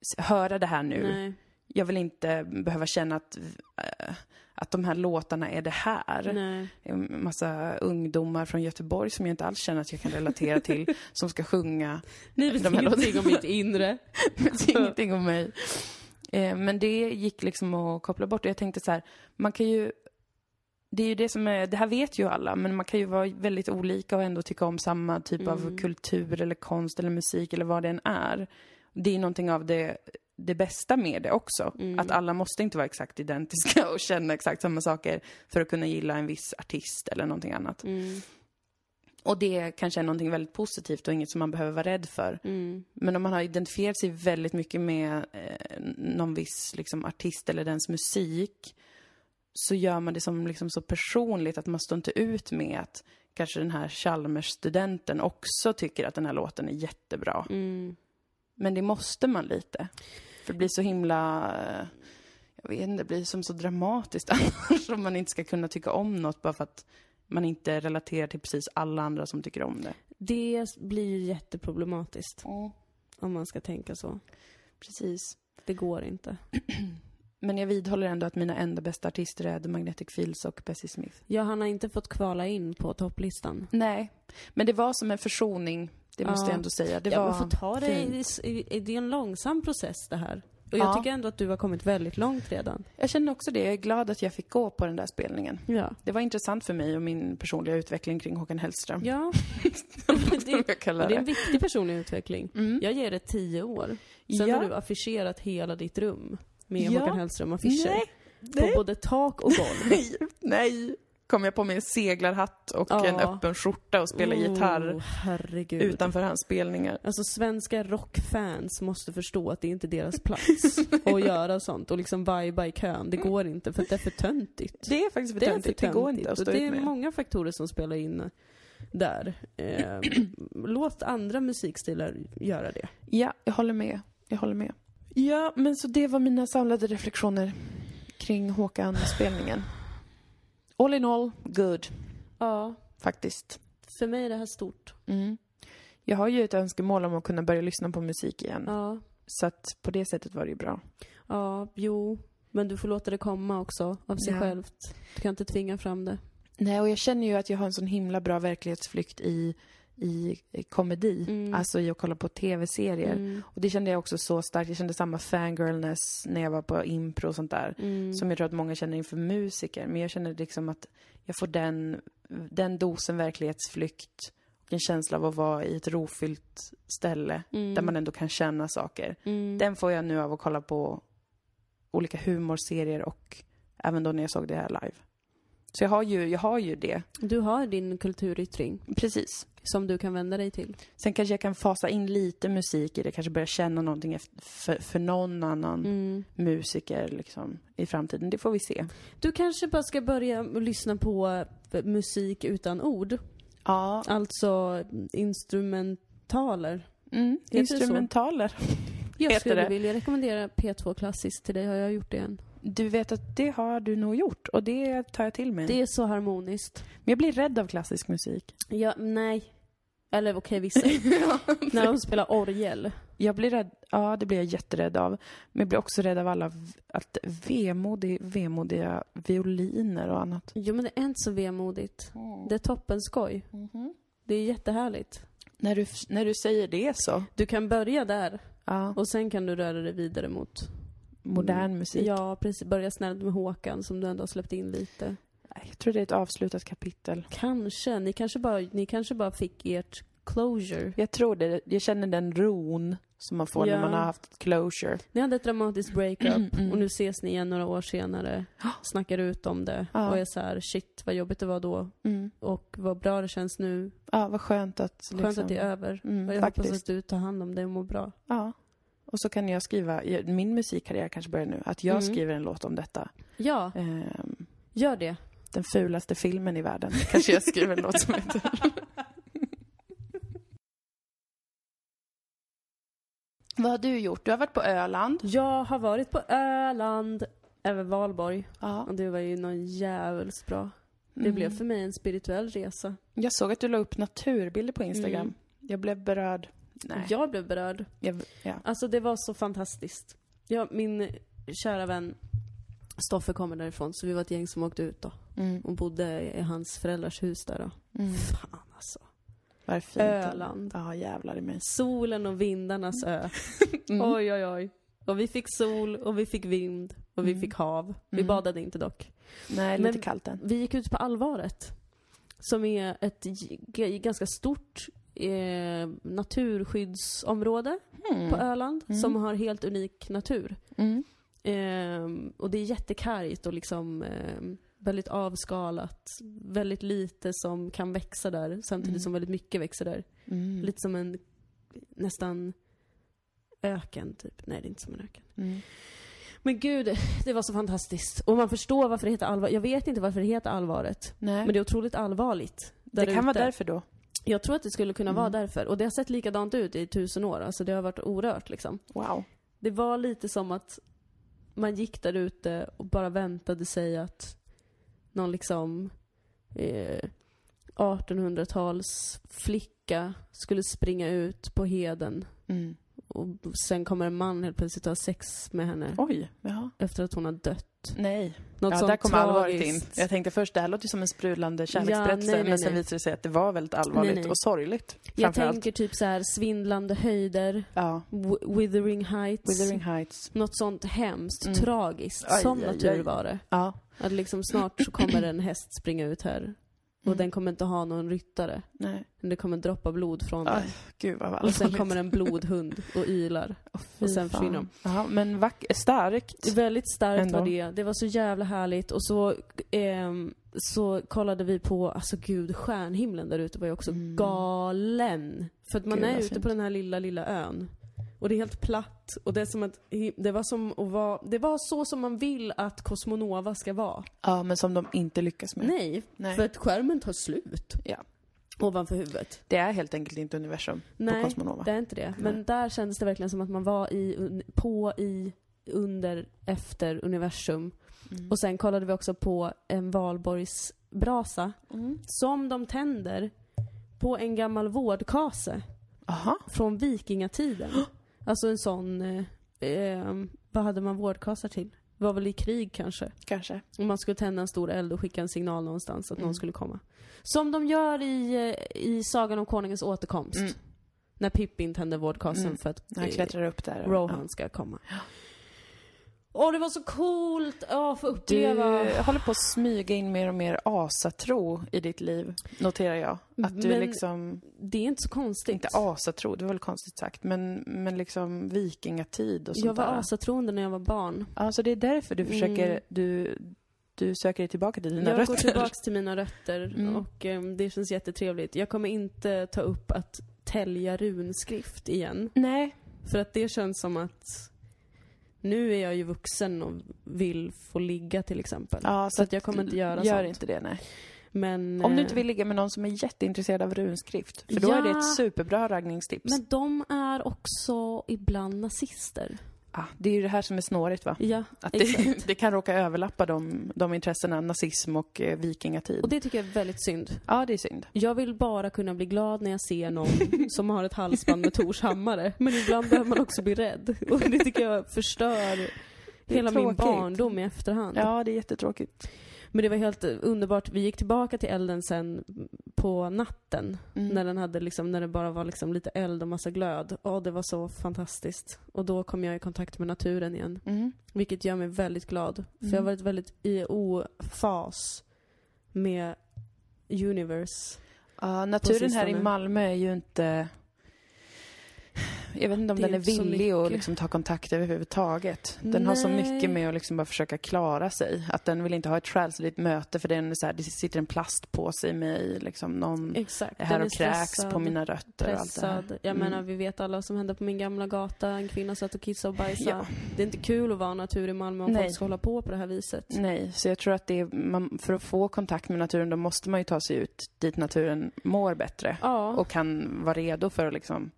Speaker 2: s- höra det här nu.
Speaker 1: Nej,
Speaker 2: Jag vill inte behöva känna att, eh, att de här låtarna är det här.
Speaker 1: nej.
Speaker 2: En massa ungdomar från Göteborg som jag inte alls känner att jag kan relatera till, som ska sjunga
Speaker 1: Ni
Speaker 2: De
Speaker 1: vet
Speaker 2: här
Speaker 1: ingenting om
Speaker 2: låtarna.
Speaker 1: mitt inre.
Speaker 2: vet ingenting om mig. Eh, Men det gick liksom att koppla bort. Och jag tänkte så här, man kan ju... Det är ju det som är, det här vet ju alla, men man kan ju vara väldigt olika och ändå tycka om samma typ av kultur eller konst eller musik eller vad det än är. Det är ju någonting av det, det bästa med det också. Att alla måste inte vara exakt identiska och känna exakt samma saker för att kunna gilla en viss artist eller någonting annat.
Speaker 1: Mm,
Speaker 2: Och det kanske är någonting väldigt positivt och inget som man behöver vara rädd för.
Speaker 1: mm,
Speaker 2: Men om man har identifierat sig väldigt mycket med eh, någon viss liksom, artist eller dens musik så gör man det som liksom, så personligt att man står inte ut med att kanske den här Chalmers-studenten också tycker att den här låten är jättebra.
Speaker 1: mm.
Speaker 2: Men det måste man lite. För det blir så himla... eh, Jag vet inte, det blir som så dramatiskt annars om man inte ska kunna tycka om något bara för att man inte relaterar till precis alla andra som tycker om det.
Speaker 1: Det blir ju jätteproblematiskt om man ska tänka så.
Speaker 2: Precis.
Speaker 1: Det går inte.
Speaker 2: Men jag vidhåller ändå att mina enda bästa artister är The Magnetic Fields och Bessie Smith.
Speaker 1: Ja, han har inte fått kvala in på topplistan.
Speaker 2: Nej, men det var som en försoning. Det måste
Speaker 1: Ja.
Speaker 2: jag ändå säga. Det
Speaker 1: ja,
Speaker 2: var
Speaker 1: man får ta det i,
Speaker 2: fint.
Speaker 1: i, i, det är en långsam process det här. Och
Speaker 2: Ja.
Speaker 1: jag tycker ändå att du har kommit väldigt långt redan.
Speaker 2: Jag känner också det. Jag är glad att jag fick gå på den där spelningen.
Speaker 1: Ja.
Speaker 2: Det var intressant för mig och min personliga utveckling kring Håkan Hellström.
Speaker 1: Ja,
Speaker 2: Som
Speaker 1: det,
Speaker 2: jag kallar
Speaker 1: det är en
Speaker 2: det.
Speaker 1: viktig personlig utveckling.
Speaker 2: Mm.
Speaker 1: Jag ger det tio år. Sen
Speaker 2: Ja.
Speaker 1: har du affischerat hela ditt rum med
Speaker 2: Ja.
Speaker 1: Håkan Hellström-affischer.
Speaker 2: Nej,
Speaker 1: På både tak och golv.
Speaker 2: Nej, nej. Kom jag på mig en seglarhatt och
Speaker 1: Ja.
Speaker 2: en öppen skjorta och spela gitarr
Speaker 1: Oh, herregud.
Speaker 2: utanför hans spelningar.
Speaker 1: Alltså svenska rockfans måste förstå att det inte är deras plats att göra sånt och liksom vajba i kön. Det går inte för att det är för töntigt.
Speaker 2: Det är faktiskt för
Speaker 1: Det är för
Speaker 2: töntigt. Det går
Speaker 1: töntigt.
Speaker 2: inte att
Speaker 1: och
Speaker 2: stå
Speaker 1: det
Speaker 2: ut
Speaker 1: är
Speaker 2: med.
Speaker 1: många faktorer som spelar in där. Eh, låt andra musikstilar göra det.
Speaker 2: Ja, jag håller med. Jag håller med. Ja, men så det var mina samlade reflektioner kring Håkan-spelningen. All in all, good,
Speaker 1: Ja,
Speaker 2: faktiskt.
Speaker 1: för mig är det här stort.
Speaker 2: Mm. Jag har ju ett önskemål om att kunna börja lyssna på musik igen.
Speaker 1: Ja,
Speaker 2: Så att på det sättet var det ju bra.
Speaker 1: ja, jo. Men du får låta det komma också av sig
Speaker 2: Ja.
Speaker 1: självt. Du kan inte tvinga fram det.
Speaker 2: Nej, och jag känner ju att jag har en sån himla bra verklighetsflykt i, i i komedi.
Speaker 1: Mm.
Speaker 2: Alltså i att kolla på tv-serier.
Speaker 1: Mm,
Speaker 2: Och det kände jag också så starkt. Jag kände samma fangirlness när jag var på impro och sånt där.
Speaker 1: mm.
Speaker 2: Som jag tror att många känner inför musiker. Men jag känner liksom att jag får den, den dosen verklighetsflykt och en känsla av att vara i ett rofyllt ställe
Speaker 1: Mm.
Speaker 2: där man ändå kan känna saker.
Speaker 1: Mm.
Speaker 2: Den får jag nu av att kolla på olika humorserier och även då när jag såg det här live. Så jag har ju, jag har ju det.
Speaker 1: Du har din kulturyttring
Speaker 2: Precis.
Speaker 1: som du kan vända dig till.
Speaker 2: Sen kanske jag kan fasa in lite musik i det, kanske börja känna någonting efter, för, för någon annan
Speaker 1: Mm.
Speaker 2: musiker liksom i framtiden. Det får vi se.
Speaker 1: Du kanske bara ska börja lyssna på eh, musik utan ord.
Speaker 2: Ja,
Speaker 1: Alltså instrumentaler.
Speaker 2: mm,
Speaker 1: Heter det så?
Speaker 2: instrumentaler.
Speaker 1: Jag
Speaker 2: Heter
Speaker 1: skulle
Speaker 2: det?
Speaker 1: vilja rekommendera P2 Klassiskt till dig. Har jag gjort det än?
Speaker 2: Du vet att det har du nog gjort och det tar jag till mig.
Speaker 1: Det är så harmoniskt.
Speaker 2: Men jag blir rädd av klassisk musik.
Speaker 1: Ja, nej. Eller okej, vissa. När de spelar orgel.
Speaker 2: Jag blir rädd, ja det blir jag jätterädd av. Men jag blir också rädd av alla v- att vemodig, vemodiga violiner och annat.
Speaker 1: Jo, men det är inte så vemodigt.
Speaker 2: Mm.
Speaker 1: Det är toppen skoj.
Speaker 2: Mm-hmm.
Speaker 1: Det är jättehärligt.
Speaker 2: När, du, när du säger det så.
Speaker 1: Du kan börja där
Speaker 2: Ja,
Speaker 1: och sen kan du röra dig vidare mot...
Speaker 2: modern musik.
Speaker 1: Ja, precis. Börja snällt med Håkan som du ändå har släppt in lite.
Speaker 2: Jag tror det är ett avslutat kapitel.
Speaker 1: Kanske. Ni kanske bara, ni kanske bara fick ert closure.
Speaker 2: Jag tror det. Jag känner den ron som man får
Speaker 1: Ja.
Speaker 2: när man har haft closure.
Speaker 1: Ni hade ett dramatiskt breakup
Speaker 2: Mm.
Speaker 1: och nu ses ni igen några år senare. Snackar ut om det
Speaker 2: Ja.
Speaker 1: och är så här: shit vad jobbigt det var då och vad bra det känns nu.
Speaker 2: mm. Ja, vad skönt att...
Speaker 1: Skönt att det är över.
Speaker 2: Mm,
Speaker 1: och jag hoppas
Speaker 2: faktiskt.
Speaker 1: att du tar hand om dig och mår bra.
Speaker 2: Ja. Och så kan jag skriva, min musikkarriär kanske börjar nu, att jag
Speaker 1: Mm.
Speaker 2: skriver en låt om detta.
Speaker 1: Ja,
Speaker 2: Ehm,
Speaker 1: gör det.
Speaker 2: den fulaste filmen i världen. Kanske jag skriver en låt som heter. Vad har du gjort? Du har varit på Öland.
Speaker 1: Jag har varit på Öland, även Valborg.
Speaker 2: Ja. Mm.
Speaker 1: Och det var ju någon jävligt bra. Det blev för mig en spirituell resa.
Speaker 2: Jag såg att du la upp naturbilder på Instagram.
Speaker 1: Mm.
Speaker 2: Jag blev berörd. Nej.
Speaker 1: Jag blev berörd.
Speaker 2: Jag, ja.
Speaker 1: Alltså det var så fantastiskt. Ja, min kära vän Stoffe kommer därifrån, så vi var ett gäng som åkte ut då.
Speaker 2: Mm.
Speaker 1: Och bodde i hans föräldrars hus där då.
Speaker 2: Mm.
Speaker 1: Fan alltså.
Speaker 2: Vad fint.
Speaker 1: Öland.
Speaker 2: Ja, jävlar i mig.
Speaker 1: Solen och vindarnas ö.
Speaker 2: Mm.
Speaker 1: Oj, oj, oj. Och vi fick sol och vi fick vind och vi
Speaker 2: Mm.
Speaker 1: fick hav. Vi
Speaker 2: Mm.
Speaker 1: badade inte dock.
Speaker 2: Nej, lite
Speaker 1: Men-
Speaker 2: kallt än.
Speaker 1: Vi gick ut på Alvaret. Som är ett g- g- ganska stort eh, naturskyddsområde
Speaker 2: Mm.
Speaker 1: på Öland.
Speaker 2: Mm.
Speaker 1: Som har helt unik natur.
Speaker 2: Mm.
Speaker 1: Ehm, och det är jättekargt och liksom ehm, väldigt avskalat. Väldigt lite som kan växa där samtidigt
Speaker 2: Mm.
Speaker 1: som väldigt mycket växer där.
Speaker 2: Mm.
Speaker 1: Lite som en nästan öken typ. Nej, det är inte som en öken.
Speaker 2: Mm.
Speaker 1: Men gud, det var så fantastiskt. Och man förstår varför det heter allvar. Jag vet inte varför det heter allvaret.
Speaker 2: Nej.
Speaker 1: Men det är otroligt allvarligt.
Speaker 2: det
Speaker 1: där
Speaker 2: kan vara
Speaker 1: ute.
Speaker 2: därför då.
Speaker 1: Jag tror att det skulle kunna vara
Speaker 2: Mm.
Speaker 1: därför. Och det har sett likadant ut i tusen år. Alltså det har varit orört liksom.
Speaker 2: Wow.
Speaker 1: Det var lite som att man gick där ute och bara väntade sig att någon liksom eh, 1800-tals flicka skulle springa ut på heden
Speaker 2: Mm.
Speaker 1: och sen kommer en man helt plötsligt ha sex med henne
Speaker 2: Oj, jaha.
Speaker 1: efter att hon har dött.
Speaker 2: Nej.
Speaker 1: Något
Speaker 2: ja,
Speaker 1: sånt
Speaker 2: där kom allvaret in.
Speaker 1: tragiskt.
Speaker 2: Jag tänkte först, det här låter ju som en sprudlande
Speaker 1: Ja,
Speaker 2: kärleksberättelse,
Speaker 1: nej, nej,
Speaker 2: men sen
Speaker 1: nej.
Speaker 2: visade det sig att det var väldigt allvarligt
Speaker 1: Nej, nej.
Speaker 2: och sorgligt.
Speaker 1: Jag
Speaker 2: Framförallt.
Speaker 1: tänker typ så här svindlande höjder,
Speaker 2: Ja.
Speaker 1: w- withering heights.
Speaker 2: Withering Heights.
Speaker 1: Något sånt hemskt,
Speaker 2: Mm.
Speaker 1: tragiskt.
Speaker 2: Aj,
Speaker 1: Som
Speaker 2: aj,
Speaker 1: natur
Speaker 2: aj.
Speaker 1: var det.
Speaker 2: Ja.
Speaker 1: Att liksom snart så kommer en häst springa ut här och
Speaker 2: Mm.
Speaker 1: den kommer inte ha någon ryttare.
Speaker 2: Nej.
Speaker 1: Men det kommer droppa blod från
Speaker 2: Aj,
Speaker 1: den.
Speaker 2: Gud vad
Speaker 1: Och
Speaker 2: allvarligt.
Speaker 1: sen kommer en blodhund och ylar. och sen försvinner de.
Speaker 2: Ja, men vack... starkt.
Speaker 1: Väldigt starkt
Speaker 2: Ändå.
Speaker 1: var det. Det var så jävla härligt. Och så, ehm, så kollade vi på, alltså gud, stjärnhimlen där ute var ju också
Speaker 2: Mm.
Speaker 1: galen. För att man
Speaker 2: Gud,
Speaker 1: är
Speaker 2: vad
Speaker 1: ute
Speaker 2: fint.
Speaker 1: på den här lilla, lilla ön. Och det är helt platt. Och det är som att, det var som att vara, det var så som man vill att Cosmonova ska vara.
Speaker 2: Ja, men som de inte lyckas med.
Speaker 1: Nej,
Speaker 2: Nej.
Speaker 1: för att skärmen tar slut.
Speaker 2: Ja.
Speaker 1: ovanför huvudet.
Speaker 2: Det är helt enkelt inte universum på
Speaker 1: Nej,
Speaker 2: Cosmonova.
Speaker 1: det är inte det. Men
Speaker 2: Nej.
Speaker 1: där kändes det verkligen som att man var i, un- på, i, under, efter universum.
Speaker 2: Mm.
Speaker 1: Och sen kollade vi också på en valborgsbrasa
Speaker 2: Mm.
Speaker 1: som de tänder på en gammal vårdkase
Speaker 2: Aha.
Speaker 1: från vikingatiden. Alltså en sån, eh, eh, vad hade man vårdkasar till? Det var väl i krig kanske?
Speaker 2: Kanske.
Speaker 1: Om man skulle tända en stor eld och skicka en signal någonstans att
Speaker 2: Mm.
Speaker 1: någon skulle komma. Som de gör i, eh, i Sagan om Konungens återkomst.
Speaker 2: Mm.
Speaker 1: När Pippin tänder vårdkasen
Speaker 2: Mm.
Speaker 1: för att
Speaker 2: När han
Speaker 1: eh,
Speaker 2: klättrar upp där. och-
Speaker 1: Rohan ska komma. Åh, det var så coolt! Ja, få
Speaker 2: Du
Speaker 1: uppleva.
Speaker 2: håller på att smyga in mer och mer asatro i ditt liv, noterar jag. Att du
Speaker 1: Men-
Speaker 2: liksom,
Speaker 1: Det är inte så konstigt.
Speaker 2: inte asatro, det var väl konstigt sagt, men, men liksom vikingatid och sånt
Speaker 1: jag var
Speaker 2: där.
Speaker 1: asatroende när jag var barn.
Speaker 2: Ja, så det är därför du försöker,
Speaker 1: Mm.
Speaker 2: du, du söker dig tillbaka till dina
Speaker 1: jag
Speaker 2: rötter.
Speaker 1: går tillbaks till mina rötter
Speaker 2: Mm.
Speaker 1: och eh, det känns jättetrevligt. Jag kommer inte ta upp att tälja runskrift igen.
Speaker 2: Nej,
Speaker 1: För att det känns som att nu är jag ju vuxen och vill få ligga till exempel.
Speaker 2: ja,
Speaker 1: Så att jag kommer inte göra
Speaker 2: gör
Speaker 1: sånt.
Speaker 2: inte det, nej.
Speaker 1: Men,
Speaker 2: Om du
Speaker 1: eh,
Speaker 2: inte vill ligga med någon som är jätteintresserad av runskrift, för då är det
Speaker 1: Ja.
Speaker 2: ett superbra raggningstips.
Speaker 1: Men de är också ibland nazister.
Speaker 2: Ah, det är ju det här som är snårigt, va?
Speaker 1: Ja,
Speaker 2: Att
Speaker 1: exakt.
Speaker 2: det, det kan råka överlappa de, de intressena, nazism och eh, vikingatid.
Speaker 1: Och det tycker jag är väldigt synd.
Speaker 2: Ja, det är synd.
Speaker 1: Jag vill bara kunna bli glad när jag ser någon som har ett halsband med Tors hammare. Men ibland behöver man också bli rädd. Och det tycker jag förstör
Speaker 2: är
Speaker 1: hela min
Speaker 2: tråkigt.
Speaker 1: barndom i efterhand.
Speaker 2: Ja, det är jättetråkigt.
Speaker 1: Men det var helt eh, underbart. Vi gick tillbaka till elden sen på natten.
Speaker 2: Mm.
Speaker 1: När, den hade liksom, när det bara var liksom lite eld och massa glöd. Åh, det var så fantastiskt. Och då kom jag i kontakt med naturen igen.
Speaker 2: Mm.
Speaker 1: Vilket gör mig väldigt glad. För
Speaker 2: Mm.
Speaker 1: jag har varit väldigt i ofas med universe.
Speaker 2: Ja, naturen här i
Speaker 1: sistone.
Speaker 2: Malmö är ju inte... Jag vet inte om
Speaker 1: Det är
Speaker 2: den är
Speaker 1: inte så
Speaker 2: villig att
Speaker 1: mycket.
Speaker 2: liksom ta kontakt överhuvudtaget. Den har så
Speaker 1: Nej.
Speaker 2: mycket med att liksom bara försöka klara sig. Att den vill inte ha ett själsligt möte för den är så här, det sitter en plastpåse i mig. Liksom någon
Speaker 1: Exakt.
Speaker 2: är här
Speaker 1: Den
Speaker 2: och kräks
Speaker 1: stressad,
Speaker 2: på mina rötter och allt det här.
Speaker 1: Pressad. Jag
Speaker 2: Mm.
Speaker 1: menar, vi vet alla vad som hände på min gamla gata. En kvinna satt och kissade och bajsade.
Speaker 2: Ja.
Speaker 1: Det är inte kul att vara natur i Malmö om
Speaker 2: Nej. Mm.
Speaker 1: folk ska hålla på på det här viset.
Speaker 2: Nej, så jag tror att det är, man, för att få kontakt med naturen då måste man ju ta sig ut dit naturen mår bättre.
Speaker 1: Ja.
Speaker 2: Och kan vara redo för att liksom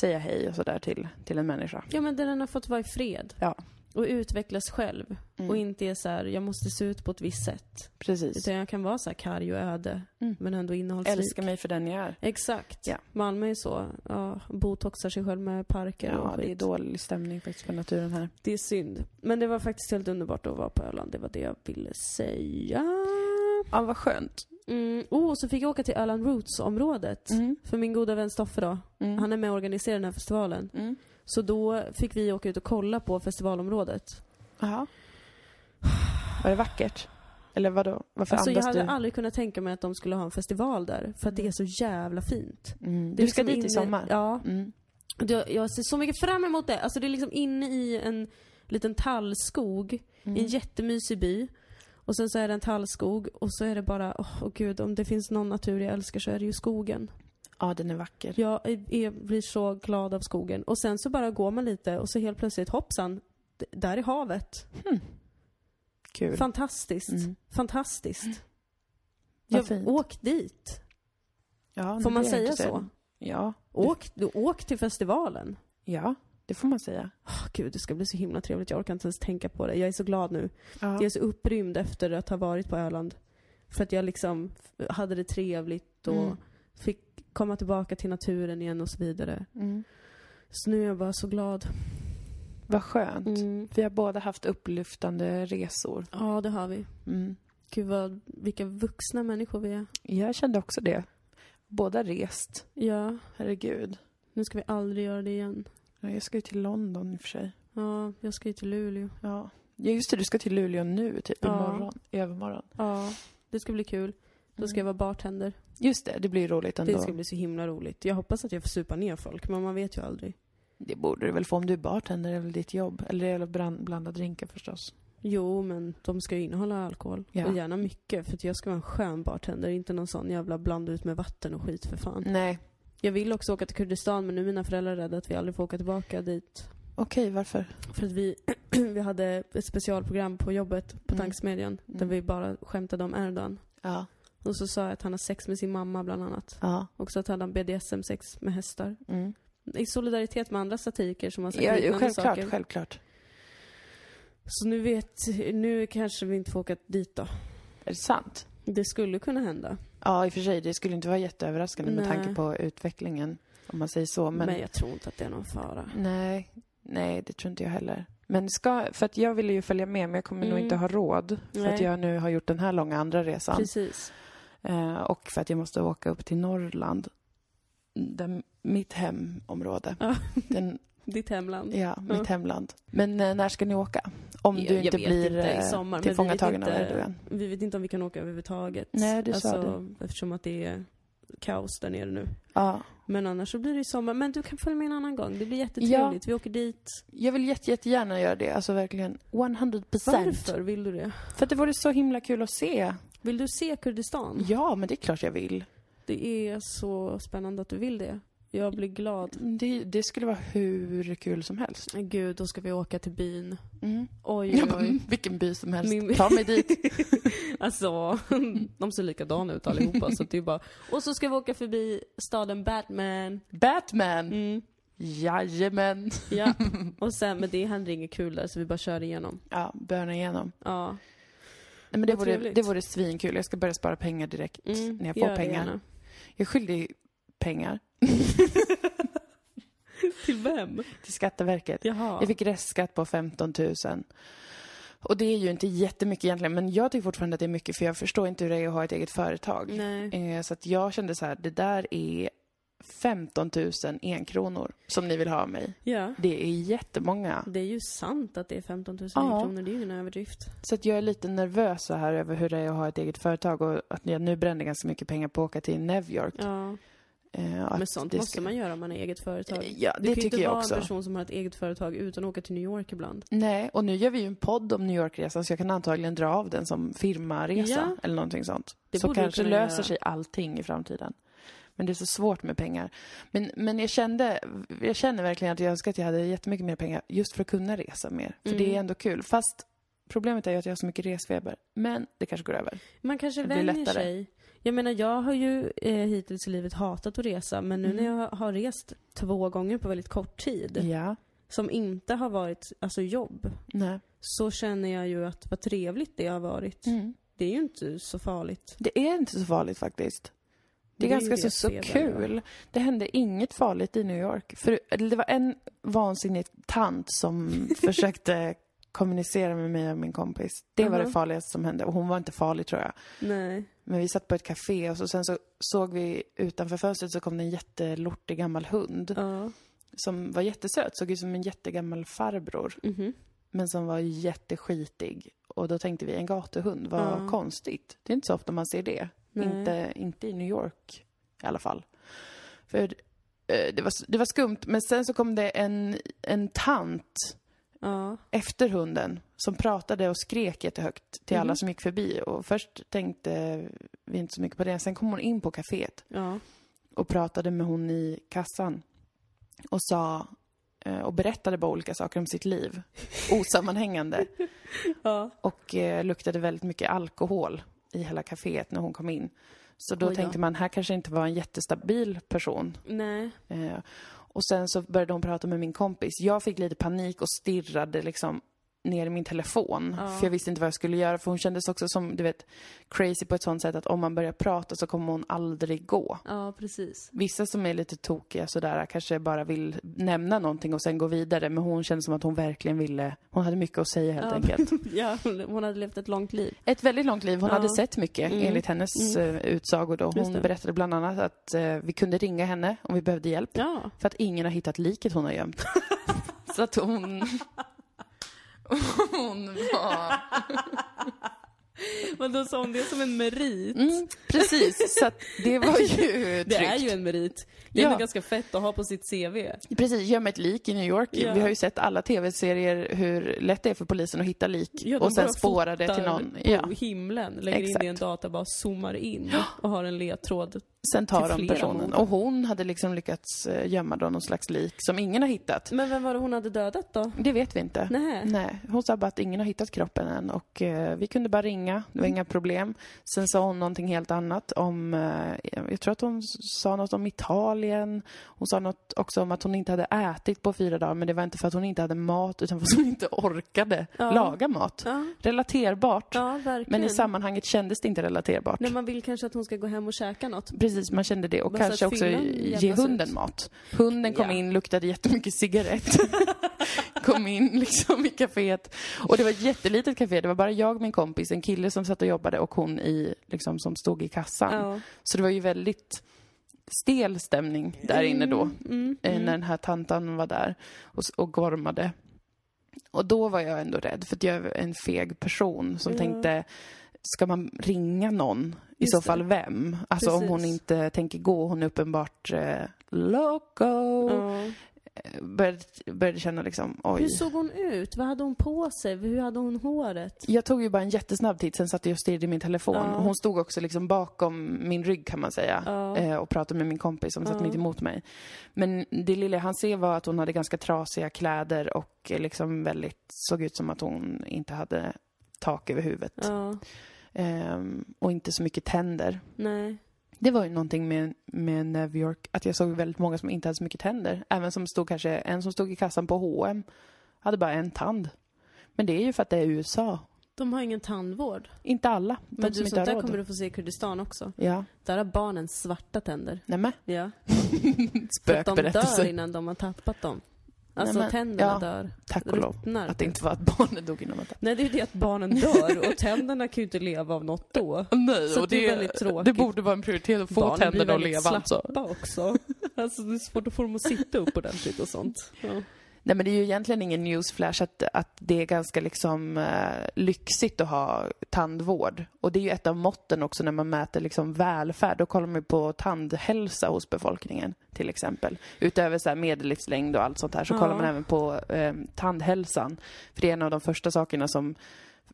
Speaker 2: säga hej och sådär till, till en människa.
Speaker 1: Ja men den har fått vara i fred.
Speaker 2: Ja.
Speaker 1: Och utvecklas själv.
Speaker 2: Mm.
Speaker 1: Och inte är så här, jag måste se ut på ett visst sätt.
Speaker 2: Precis.
Speaker 1: Utan jag kan vara så här karg och öde.
Speaker 2: Mm.
Speaker 1: Men ändå innehållsrik.
Speaker 2: Älska mig för den jag är.
Speaker 1: Exakt.
Speaker 2: Ja.
Speaker 1: Malmö är så. Ja, botoxar sig själv med parker och
Speaker 2: Ja,
Speaker 1: skit.
Speaker 2: det är dålig stämning faktiskt på naturen här.
Speaker 1: det är synd. Men det var faktiskt helt underbart att vara på Öland. Det var det jag ville säga.
Speaker 2: Ja, vad skönt.
Speaker 1: Mm. Oh, så fick jag åka till Öland Roots-området. För min goda vän Stoffe då,
Speaker 2: Mm.
Speaker 1: han är med och organiserar den här festivalen.
Speaker 2: Mm.
Speaker 1: Så då fick vi åka ut och kolla på festivalområdet.
Speaker 2: Jaha. Var det vackert? Eller vadå? Varför
Speaker 1: Alltså jag
Speaker 2: andas
Speaker 1: hade
Speaker 2: du?
Speaker 1: aldrig kunnat tänka mig att de skulle ha en festival där, för att det är så jävla fint.
Speaker 2: Mm.
Speaker 1: Det är
Speaker 2: Du ska
Speaker 1: liksom
Speaker 2: dit i
Speaker 1: inne-
Speaker 2: sommar?
Speaker 1: Ja.
Speaker 2: Mm.
Speaker 1: Jag, jag ser så mycket fram emot det. Alltså det är liksom inne i en liten tallskog,
Speaker 2: Mm.
Speaker 1: i en jättemysig by. Och sen så är det en tallskog och så är det bara, åh åh gud, om det finns någon natur jag älskar så är det ju skogen.
Speaker 2: Ja, den är vacker.
Speaker 1: Jag är, är, blir så glad av skogen. Och sen så bara går man lite och så helt plötsligt, hoppsan, d- där är havet.
Speaker 2: Hmm. Kul.
Speaker 1: Fantastiskt.
Speaker 2: Mm.
Speaker 1: Fantastiskt.
Speaker 2: Vad
Speaker 1: Jag,
Speaker 2: fint.
Speaker 1: åk dit.
Speaker 2: Ja,
Speaker 1: Får
Speaker 2: nu
Speaker 1: man
Speaker 2: blir jag
Speaker 1: säga
Speaker 2: intresserad.
Speaker 1: så?
Speaker 2: Ja.
Speaker 1: Åk, du, åk till festivalen.
Speaker 2: Ja, det får man säga.
Speaker 1: Åh, gud, det ska bli så himla trevligt. Jag orkar inte ens tänka på det. Jag är så glad nu.
Speaker 2: Ja.
Speaker 1: Jag är så upprymd efter att ha varit på Öland. För att jag liksom f- hade det trevligt och
Speaker 2: Mm.
Speaker 1: fick komma tillbaka till naturen igen och så vidare.
Speaker 2: Mm.
Speaker 1: Så nu är jag bara så glad.
Speaker 2: Vad skönt.
Speaker 1: Mm.
Speaker 2: Vi har båda haft upplyftande resor.
Speaker 1: Ja, det har vi.
Speaker 2: Mm.
Speaker 1: Gud, vad, vilka vuxna människor vi är.
Speaker 2: Jag kände också det. Båda rest.
Speaker 1: Ja,
Speaker 2: Herregud.
Speaker 1: nu ska vi aldrig göra det igen.
Speaker 2: Ja, Jag ska ju till London i och för sig.
Speaker 1: Ja, jag ska ju till Luleå.
Speaker 2: Ja. ja, just det. Du ska till Luleå nu, typ
Speaker 1: Ja.
Speaker 2: imorgon, i övermorgon.
Speaker 1: Ja, det ska bli kul. Då
Speaker 2: Mm.
Speaker 1: ska jag vara bartender.
Speaker 2: Just det, det blir ju roligt ändå.
Speaker 1: Det ska bli så himla roligt. Jag hoppas att jag får supa ner folk, men man vet ju aldrig.
Speaker 2: Det borde du väl få om du är bartender, det är väl ditt jobb? Eller det är väl bland, blanda drinkar förstås.
Speaker 1: Jo, men de ska ju innehålla alkohol.
Speaker 2: Ja.
Speaker 1: Och gärna mycket, för att jag ska vara en skön bartender. Inte någon sån jävla bland ut med vatten och skit för fan.
Speaker 2: Nej.
Speaker 1: Jag vill också åka till Kurdistan, men nu är mina föräldrar rädda att vi aldrig får åka tillbaka dit.
Speaker 2: Okej, varför?
Speaker 1: För att vi, vi hade ett specialprogram på jobbet, på
Speaker 2: Mm.
Speaker 1: tankesmedjan, där
Speaker 2: Mm.
Speaker 1: vi bara skämtade om Erdogan.
Speaker 2: Ja.
Speaker 1: Och så sa jag att han har sex med sin mamma bland annat.
Speaker 2: Ja.
Speaker 1: Och så att han har BDSM-sex med hästar.
Speaker 2: Mm.
Speaker 1: I solidaritet med andra satiriker som har sagt
Speaker 2: Ja,
Speaker 1: liknande
Speaker 2: självklart,
Speaker 1: saker.
Speaker 2: självklart.
Speaker 1: Så nu vet, nu kanske vi inte får åka dit då.
Speaker 2: Är det sant?
Speaker 1: Det skulle kunna hända.
Speaker 2: Ja, i och för sig. Det skulle inte vara jätteöverraskande med
Speaker 1: Nej.
Speaker 2: tanke på utvecklingen. Om man säger så.
Speaker 1: Men,
Speaker 2: Men,
Speaker 1: jag tror inte att det är någon fara.
Speaker 2: nej, nej, det tror inte jag heller. Men ska, för att jag ville ju följa med, men jag kommer nog
Speaker 1: Mm.
Speaker 2: inte ha råd. För att
Speaker 1: Nej.
Speaker 2: jag nu har gjort den här långa andra resan.
Speaker 1: Precis.
Speaker 2: Eh, och för att jag måste åka upp till Norrland. Där mitt hemområde.
Speaker 1: Ja.
Speaker 2: Den,
Speaker 1: Ditt hemland.
Speaker 2: ja, mitt
Speaker 1: Ja.
Speaker 2: hemland. Men eh, när ska ni åka? Om
Speaker 1: Jag-
Speaker 2: du
Speaker 1: jag
Speaker 2: inte
Speaker 1: vet
Speaker 2: blir
Speaker 1: inte, i
Speaker 2: eh,
Speaker 1: sommar, men vi vet
Speaker 2: tillfångatagen av
Speaker 1: inte.
Speaker 2: Erdogan.
Speaker 1: Vi vet inte om vi kan åka överhuvudtaget. Alltså,
Speaker 2: Nej, det sa
Speaker 1: Eftersom att det är kaos där nere nu.
Speaker 2: Ja.
Speaker 1: Men annars så blir det ju sommar. Men du kan följa med en annan gång. Det blir jättetrevligt. Vi åker dit.
Speaker 2: Jag vill jätte, jättegärna göra det. Alltså verkligen 100%.
Speaker 1: Varför Mm. vill du det?
Speaker 2: För att det vore så himla kul att se.
Speaker 1: Vill du se Kurdistan?
Speaker 2: Ja, men det är klart jag vill.
Speaker 1: Det är så spännande att du vill det. Jag blir glad.
Speaker 2: Det, det skulle vara hur kul som helst.
Speaker 1: Men Gud, då ska vi åka till byn.
Speaker 2: Mm.
Speaker 1: Oj,
Speaker 2: Jag
Speaker 1: oj,
Speaker 2: bara,
Speaker 1: oj.
Speaker 2: mm, vilken by som helst.
Speaker 1: Min-
Speaker 2: Ta mig dit.
Speaker 1: Alltså, de ser likadana ut allihopa. Så det är bara... Och så ska vi åka förbi staden Batman.
Speaker 2: Batman!
Speaker 1: Mm.
Speaker 2: Jajamän.
Speaker 1: Ja. Och sen, men det händer inget kul där så vi bara kör igenom.
Speaker 2: Ja, börna igenom.
Speaker 1: Ja.
Speaker 2: Nej, men det,
Speaker 1: Vad
Speaker 2: vore,
Speaker 1: trevligt.
Speaker 2: det vore svinkul. Jag ska börja spara pengar direkt
Speaker 1: Mm,
Speaker 2: när jag
Speaker 1: gör
Speaker 2: får
Speaker 1: det
Speaker 2: pengar.
Speaker 1: gärna.
Speaker 2: Jag är skyldig pengar
Speaker 1: Till vem?
Speaker 2: till Skatteverket.
Speaker 1: Jaha.
Speaker 2: Jag fick restskatt på 15 000. Och det är ju inte jättemycket egentligen, men jag tycker fortfarande att det är mycket för jag förstår inte hur det är att ha ett eget företag.
Speaker 1: Nej.
Speaker 2: Eh, Så att jag kände så här, det där är 15 000 enkronor som ni vill ha av mig.
Speaker 1: Ja.
Speaker 2: Det är jättemånga.
Speaker 1: Det är ju sant att det är 15 000
Speaker 2: Ja.
Speaker 1: kronor. Det är ju ingen överdrift.
Speaker 2: Så att jag är lite nervös så här över hur det är att ha ett eget företag och att jag nu bränner ganska mycket pengar på att åka till New York.
Speaker 1: Ja.
Speaker 2: Eh, och
Speaker 1: Men
Speaker 2: att
Speaker 1: sånt
Speaker 2: det
Speaker 1: måste
Speaker 2: ska-
Speaker 1: man göra om man är eget företag.
Speaker 2: Ja,
Speaker 1: Du kan
Speaker 2: det
Speaker 1: ju inte
Speaker 2: tycker jag
Speaker 1: vara
Speaker 2: också.
Speaker 1: en person som har ett eget företag utan att åka till New York ibland.
Speaker 2: Nej, och nu gör vi ju en podd om New York-resan så jag kan antagligen dra av den som firmaresa
Speaker 1: Ja.
Speaker 2: eller någonting sånt.
Speaker 1: Det
Speaker 2: så
Speaker 1: borde du
Speaker 2: kanske
Speaker 1: kunna
Speaker 2: löser
Speaker 1: göra.
Speaker 2: sig allting i framtiden. Men det är så svårt med pengar. Men, men jag, kände, jag känner verkligen att jag önskar att jag hade jättemycket mer pengar just för att kunna resa mer. För det
Speaker 1: Mm.
Speaker 2: är ändå kul. Fast problemet är ju att jag har så mycket resfeber. Men det kanske går över.
Speaker 1: Man kanske
Speaker 2: Det blir
Speaker 1: vänjer
Speaker 2: lättare.
Speaker 1: sig. Jag menar, jag har ju eh, hittills i livet hatat att resa, men nu
Speaker 2: Mm.
Speaker 1: när jag har rest två gånger på väldigt kort tid,
Speaker 2: Ja.
Speaker 1: som inte har varit alltså, jobb,
Speaker 2: Nej.
Speaker 1: så känner jag ju att vad trevligt det har varit.
Speaker 2: Mm.
Speaker 1: Det är ju inte så farligt.
Speaker 2: Det är inte så farligt faktiskt. Det är
Speaker 1: ju
Speaker 2: ganska så, så
Speaker 1: resfeber,
Speaker 2: kul. Det hände inget farligt i New York. För eller det var en vansinnig tant som försökte kommunicera med mig och min kompis. Det var det
Speaker 1: Mhm.
Speaker 2: farligaste som hände. Och hon var inte farlig tror jag.
Speaker 1: Nej.
Speaker 2: Men vi satt på ett café och så, sen så såg vi utanför fönstret så kom det en jättelortig gammal hund.
Speaker 1: Ja.
Speaker 2: Som var jättesöt, såg ut som en jättegammal farbror.
Speaker 1: Mhm.
Speaker 2: Men som var jätteskitig. Och då tänkte vi, en gatuhund, vad
Speaker 1: Ja.
Speaker 2: konstigt. Det är inte så ofta man ser det.
Speaker 1: Nej.
Speaker 2: Inte, inte i New York i alla fall. För eh, det var, det var skumt, men sen så kom det en, en tant
Speaker 1: Ja.
Speaker 2: efter hunden som pratade och skrek jättehögt till alla
Speaker 1: Mhm.
Speaker 2: som gick förbi. Och först tänkte vi inte så mycket på det. Sen kom hon in på kaféet
Speaker 1: Ja.
Speaker 2: och pratade med hon i kassan och sa eh, och berättade bara olika saker om sitt liv. Osammanhängande.
Speaker 1: Ja.
Speaker 2: Och eh, luktade väldigt mycket alkohol i hela kaféet när hon kom in. Så då
Speaker 1: Oj då.
Speaker 2: tänkte man, här kanske inte var en jättestabil person.
Speaker 1: Nej.
Speaker 2: Eh, och sen så började hon prata med min kompis. Jag fick lite panik och stirrade liksom ner i min telefon.
Speaker 1: Ja.
Speaker 2: För jag visste inte vad jag skulle göra. För hon kändes också som, du vet, crazy på ett sånt sätt att om man börjar prata så kommer hon aldrig gå.
Speaker 1: Ja, precis.
Speaker 2: Vissa som är lite tokiga sådär kanske bara vill nämna någonting och sen gå vidare. Men hon kände som att hon verkligen ville, hon hade mycket att säga helt
Speaker 1: Ja.
Speaker 2: enkelt.
Speaker 1: Ja, hon hade levt ett långt liv.
Speaker 2: Ett väldigt långt liv. Hon
Speaker 1: Ja.
Speaker 2: hade sett mycket
Speaker 1: Mm.
Speaker 2: enligt hennes mm. utsagor då.
Speaker 1: Just
Speaker 2: Hon
Speaker 1: det.
Speaker 2: berättade bland annat att eh, vi kunde ringa henne om vi behövde hjälp.
Speaker 1: Ja.
Speaker 2: För att ingen har hittat liket hon har gömt. Så att hon... Hon var...
Speaker 1: Men då sa hon det som en merit.
Speaker 2: Mm, precis, så att det var ju
Speaker 1: Det är
Speaker 2: tryggt.
Speaker 1: ju en merit. Det är
Speaker 2: Ja.
Speaker 1: ändå ganska fett att ha på sitt CV.
Speaker 2: Precis, gömma ett lik i New York.
Speaker 1: Ja.
Speaker 2: Vi har ju sett alla tv-serier hur lätt det är för polisen att hitta lik
Speaker 1: Ja, de
Speaker 2: och sen
Speaker 1: bara
Speaker 2: spåra det till
Speaker 1: fotar
Speaker 2: någon.
Speaker 1: på
Speaker 2: Ja.
Speaker 1: himlen, lägger in
Speaker 2: Exakt.
Speaker 1: det i en databas, zoomar in och har en ledtråd
Speaker 2: Sen tar
Speaker 1: Till
Speaker 2: de
Speaker 1: flera
Speaker 2: personen.
Speaker 1: mord.
Speaker 2: Och hon hade liksom lyckats eh, gömma då någon slags lik som ingen har hittat.
Speaker 1: Men vem var det hon hade dödat då?
Speaker 2: Det vet vi inte.
Speaker 1: Nej.
Speaker 2: Nej, hon sa bara att ingen har hittat kroppen än och eh, vi kunde bara ringa, det
Speaker 1: Mm.
Speaker 2: var inga problem. Sen sa hon någonting helt annat om, eh, jag tror att hon s- sa något om Italien. Hon sa något också om att hon inte hade ätit på fyra dagar men det var inte för att hon inte hade mat utan för att hon inte orkade
Speaker 1: Ja.
Speaker 2: laga mat.
Speaker 1: Ja,
Speaker 2: Relaterbart,
Speaker 1: ja verkligen.
Speaker 2: men i sammanhanget kändes det inte relaterbart.
Speaker 1: När man vill kanske att hon ska gå hem och käka något.
Speaker 2: Precis, man kände det. Och
Speaker 1: Bara så
Speaker 2: kanske
Speaker 1: att
Speaker 2: också
Speaker 1: fyllan
Speaker 2: ge
Speaker 1: jämnas
Speaker 2: hunden
Speaker 1: ut.
Speaker 2: mat. Hunden kom
Speaker 1: Ja.
Speaker 2: in, luktade jättemycket cigarett. kom in liksom i kaféet. Och det var ett jättelitet kafé. Det var bara jag, min kompis, en kille som satt och jobbade och hon i, liksom, som stod i kassan.
Speaker 1: Ja.
Speaker 2: Så det var ju väldigt stel stämning där inne då.
Speaker 1: Mm,
Speaker 2: eh, När
Speaker 1: mm.
Speaker 2: den här tantan var där och, s- och gormade. Och då var jag ändå rädd, för att jag är en feg person som
Speaker 1: Ja.
Speaker 2: tänkte Ska man ringa någon? I
Speaker 1: Just
Speaker 2: så
Speaker 1: det.
Speaker 2: fall vem? Alltså om hon
Speaker 1: Precis.
Speaker 2: inte tänker gå, hon är uppenbart eh, loco.
Speaker 1: Ja.
Speaker 2: Eh, Började, började känna liksom, oj.
Speaker 1: Hur såg hon ut? Vad hade hon på sig? Hur hade hon håret?
Speaker 2: Jag tog ju bara en jättesnabb titt, sen satt jag och stirrade i min telefon.
Speaker 1: Ja.
Speaker 2: Och Hon stod också liksom bakom min rygg kan man säga.
Speaker 1: Ja.
Speaker 2: Eh, och pratade med min kompis som satt
Speaker 1: Ja.
Speaker 2: mitt emot mig. Men det lilla han ser var att hon hade ganska trasiga kläder och eh, liksom väldigt, såg ut som att hon inte hade tak över huvudet.
Speaker 1: Ja,
Speaker 2: Ehm, och inte så mycket tänder.
Speaker 1: nej.
Speaker 2: Det var ju någonting med, med New York, att jag såg väldigt många som inte hade så mycket tänder. Även som stod kanske, en som stod i kassan på H&M hade bara en tand. Men det är ju för att det är USA.
Speaker 1: De har ingen tandvård.
Speaker 2: Inte alla, de
Speaker 1: Men
Speaker 2: som
Speaker 1: du,
Speaker 2: inte
Speaker 1: sånt
Speaker 2: har
Speaker 1: där
Speaker 2: råd.
Speaker 1: kommer du få se i Kurdistan också.
Speaker 2: Ja,
Speaker 1: Där har barnen svarta tänder.
Speaker 2: nämen.
Speaker 1: Ja. För att de dör
Speaker 2: Spökberättelse.
Speaker 1: innan de har tappat dem. Alltså
Speaker 2: Nej, men-
Speaker 1: tänderna
Speaker 2: ja.
Speaker 1: dör.
Speaker 2: Tack och lov.
Speaker 1: Ruttnar.
Speaker 2: Att det inte var att barnen dog inom ett
Speaker 1: Nej, det är ju det att barnen dör och tänderna kan ju inte leva av något då.
Speaker 2: Nej,
Speaker 1: Så det är väldigt tråkigt.
Speaker 2: det borde vara en prioritet att få
Speaker 1: Barnen blir
Speaker 2: tänderna att
Speaker 1: väldigt
Speaker 2: leva
Speaker 1: slappa
Speaker 2: alltså.
Speaker 1: också. Alltså det är svårt att få dem att sitta upp ordentligt och sånt. Ja.
Speaker 2: Nej men det är ju egentligen ingen newsflash att, att det är ganska liksom eh, lyxigt att ha tandvård. Och det är ju ett av måtten också när man mäter liksom välfärd. Då kollar man ju på tandhälsa hos befolkningen till exempel. Utöver så här medellivslängd och allt sånt här så
Speaker 1: Ja.
Speaker 2: kollar man även på eh, tandhälsan. För det är en av de första sakerna som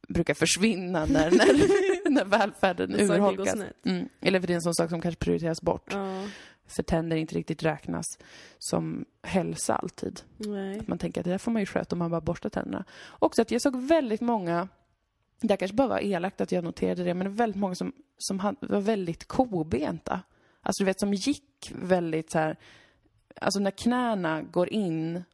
Speaker 2: brukar försvinna när, när, när välfärden
Speaker 1: När saker går
Speaker 2: urholkas.
Speaker 1: snett.
Speaker 2: Mm. Eller för det är en sån sak som kanske prioriteras bort.
Speaker 1: ja.
Speaker 2: För tänder inte riktigt räknas som hälsa alltid.
Speaker 1: Nej.
Speaker 2: Man tänker att det där får man ju sköta om man bara borstar tänderna. Också att jag såg väldigt många, det här kanske bara var elakt att jag noterade det, men väldigt många som, som han- var väldigt kobenta. Alltså du vet, som gick väldigt så här, alltså när knäna går in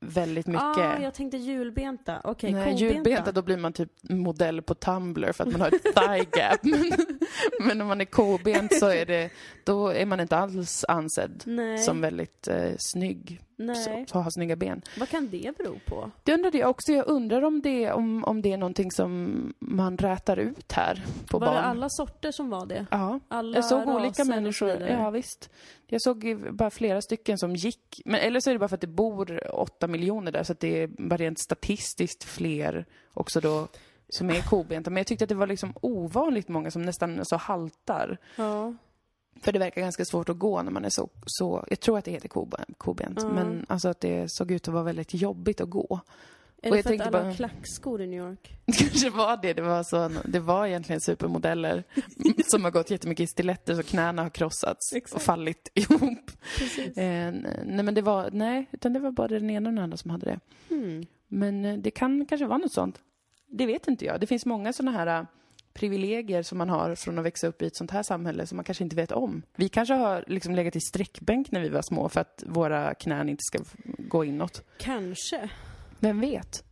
Speaker 2: väldigt mycket.
Speaker 1: Ah, jag tänkte julbenta. Okej,
Speaker 2: Nej,
Speaker 1: kobenta.
Speaker 2: djurbenta, då blir man typ modell på Tumblr för att man har ett thigh gap. men, men om man är kobent så är det, då är man inte alls ansedd
Speaker 1: Nej,
Speaker 2: som väldigt eh, snygg,
Speaker 1: nej.
Speaker 2: så, så har snygga ben.
Speaker 1: Vad kan det bero på?
Speaker 2: Det undrade jag också. Jag undrar om det, om, om det är någonting som man rätar ut här på
Speaker 1: var
Speaker 2: barn.
Speaker 1: det alla sorter som var det?
Speaker 2: Ja.
Speaker 1: Alla
Speaker 2: Jag såg
Speaker 1: raser
Speaker 2: olika
Speaker 1: och så
Speaker 2: människor.
Speaker 1: vidare?
Speaker 2: Ja, visst. Jag såg ju bara flera stycken som gick. Men, eller så är det bara för att det bor åtta miljoner där, så att det är bara rent statistiskt fler också då som är kobenta. Men jag tyckte att det var liksom ovanligt många som nästan så haltar.
Speaker 1: ja.
Speaker 2: För det verkar ganska svårt att gå när man är så, så jag tror att det heter kobe- kobent,
Speaker 1: Ja.
Speaker 2: men alltså att det såg ut att vara väldigt jobbigt att gå.
Speaker 1: Är det
Speaker 2: Och jag
Speaker 1: för att
Speaker 2: tänkte
Speaker 1: alla
Speaker 2: bara-
Speaker 1: har klackskor i New York?
Speaker 2: Det kanske var det. Det var, så, det var egentligen supermodeller som har gått jättemycket i stiletter så knäna har krossats och
Speaker 1: Exakt.
Speaker 2: fallit ihop.
Speaker 1: Precis.
Speaker 2: Eh, nej, men det var, nej, utan det var bara den ena och den andra som hade det.
Speaker 1: Hmm.
Speaker 2: Men eh, det kan kanske vara något sånt. Det vet inte jag. Det finns många sådana här eh, privilegier som man har från att växa upp i ett sånt här samhälle som man kanske inte vet om. Vi kanske har liksom legat i sträckbänk när vi var små för att våra knän inte ska f- gå inåt.
Speaker 1: Kanske.
Speaker 2: Vem vet?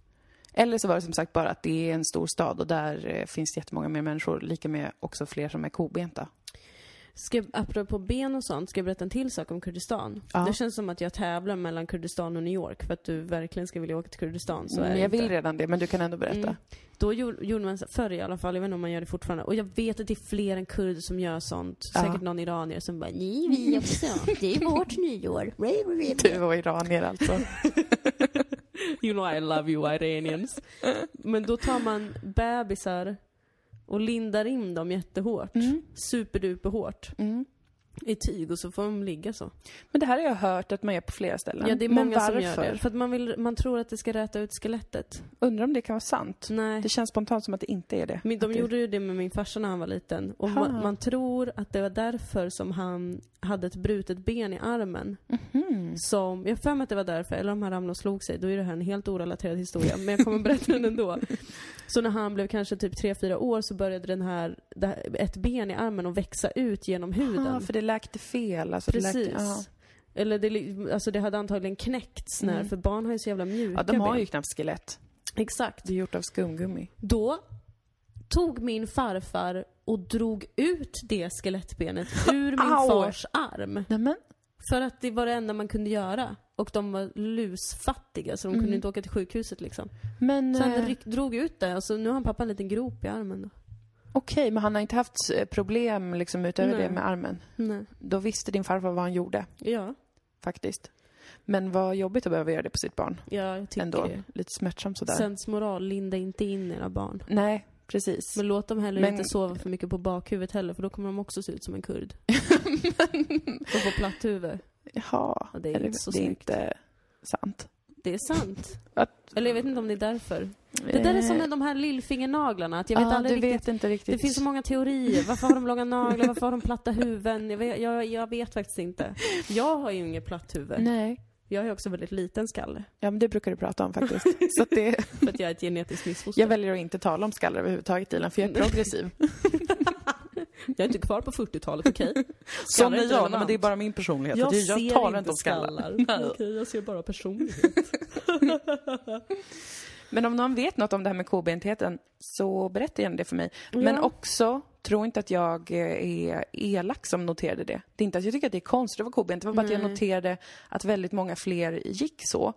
Speaker 2: Eller så var det som sagt bara att det är en stor stad och där eh, finns jättemånga mer människor, lika med också fler som är kobenta.
Speaker 1: Ska, apropå ben och sånt, ska jag berätta en till sak om Kurdistan?
Speaker 2: Ja.
Speaker 1: Det känns som att jag tävlar mellan Kurdistan och New York för att du verkligen ska vilja åka till Kurdistan. Så är
Speaker 2: Men
Speaker 1: Mm, det
Speaker 2: Mm, jag vill
Speaker 1: inte.
Speaker 2: redan det, men du kan ändå berätta.
Speaker 1: Mm. Då gjorde gjorde man, så- förr i alla fall, jag vet inte om man gör det fortfarande, och jag vet att det är fler än kurder som gör sånt.
Speaker 2: Ja.
Speaker 1: Säkert någon iranier som bara Nej, vi också. Det är vårt nyår.
Speaker 2: Du och iranier alltså.
Speaker 1: You know I love you Iranians. Men då tar man bebisar och lindar in dem jättehårt.
Speaker 2: Mm.
Speaker 1: Superduperhårt.
Speaker 2: Mm.
Speaker 1: i tyg och så får de ligga så.
Speaker 2: Men det här har jag hört att man gör på flera ställen.
Speaker 1: Ja, det är
Speaker 2: Men
Speaker 1: många som
Speaker 2: varför?
Speaker 1: gör det. För att man, vill, man tror att det ska räta ut skelettet.
Speaker 2: Undrar om det kan vara sant.
Speaker 1: Nej.
Speaker 2: Det känns spontant som att det inte är det.
Speaker 1: Men de
Speaker 2: Att det-
Speaker 1: gjorde ju det med min farsa när han var liten. Och man,
Speaker 2: Ha.
Speaker 1: man tror att det var därför som han hade ett brutet ben i armen.
Speaker 2: Mhm.
Speaker 1: Som, jag har för mig att det var därför, eller om han ramlade och slog sig. Då är det här en helt orelaterad historia, men jag kommer berätta den ändå. Så när han blev kanske typ 3-4 år så började den här, det här, ett ben i armen att växa ut genom huden.
Speaker 2: Ah, för det läkte fel. Alltså, Det
Speaker 1: Precis.
Speaker 2: läkte, ja.
Speaker 1: Eller det, li- alltså det hade antagligen knäckts när,
Speaker 2: Mm.
Speaker 1: för barn har ju så jävla mjuka
Speaker 2: ja, de har
Speaker 1: ben.
Speaker 2: ju knappt skelett.
Speaker 1: Exakt.
Speaker 2: Det är gjort av skumgummi.
Speaker 1: Då tog min farfar och drog ut det skelettbenet ur min
Speaker 2: Au!
Speaker 1: fars arm.
Speaker 2: Nämen.
Speaker 1: För att det var det enda man kunde göra. Och de var lusfattiga så de kunde
Speaker 2: Mm.
Speaker 1: inte åka till sjukhuset liksom.
Speaker 2: Men
Speaker 1: Så han
Speaker 2: eh, okej,
Speaker 1: ryck, drog ut det och så nu har han pappa en liten grop i armen då.
Speaker 2: men han har inte haft eh, problem liksom, utöver
Speaker 1: Nej.
Speaker 2: det med armen.
Speaker 1: Nej.
Speaker 2: Då visste din farfar vad han gjorde,
Speaker 1: Ja,
Speaker 2: faktiskt. Men vad jobbigt att behöva göra det på sitt barn.
Speaker 1: ja jag tycker
Speaker 2: Ändå.
Speaker 1: det.
Speaker 2: Lite smärtsamt sådär.
Speaker 1: Sens moral, linda inte in era barn.
Speaker 2: Nej, precis.
Speaker 1: Men låt dem heller
Speaker 2: Men-
Speaker 1: inte sova för mycket på bakhuvudet heller för då kommer de också se ut som en kurd. Och få platt huvud.
Speaker 2: Jaha.
Speaker 1: Ja, det är
Speaker 2: Eller,
Speaker 1: inte så
Speaker 2: det är
Speaker 1: snyggt.
Speaker 2: inte sant.
Speaker 1: Det är sant.
Speaker 2: Att- Eh.
Speaker 1: Eller jag vet inte om det är därför. Det där är som med de här lillfingernaglarna, att jag vet
Speaker 2: ja,
Speaker 1: aldrig
Speaker 2: du
Speaker 1: riktigt.
Speaker 2: vet inte riktigt.
Speaker 1: Det finns så många teorier. Varför har de långa naglar? Varför har de platta huvuden? Jag vet, jag, jag vet faktiskt inte. Jag har ju inget platt huvud.
Speaker 2: Nej.
Speaker 1: Jag har ju också väldigt liten skalle.
Speaker 2: Ja, men det brukar du prata om faktiskt. Så att det,
Speaker 1: För att jag är ett genetiskt missfoster.
Speaker 2: jag väljer att inte tala om skallar överhuvudtaget, Ilan, för jag är progressiv.
Speaker 1: Jag är inte kvar på 40-talet, okej?
Speaker 2: Sån
Speaker 1: är
Speaker 2: är
Speaker 1: inte
Speaker 2: jag,
Speaker 1: relevant.
Speaker 2: nej, men det är bara min personlighet. Jag, jag
Speaker 1: ser
Speaker 2: talar
Speaker 1: inte
Speaker 2: inte om skallar.
Speaker 1: Okej, jag ser bara personlighet.
Speaker 2: Men om någon vet något om det här med kobentheten, så berätta gärna det för mig. Men också, tro inte att jag eh, är elak som noterade det. Det är inte att jag tycker att det är konstigt att vara kobent, det var bara att jag
Speaker 1: Nej.
Speaker 2: noterade att väldigt många fler gick så.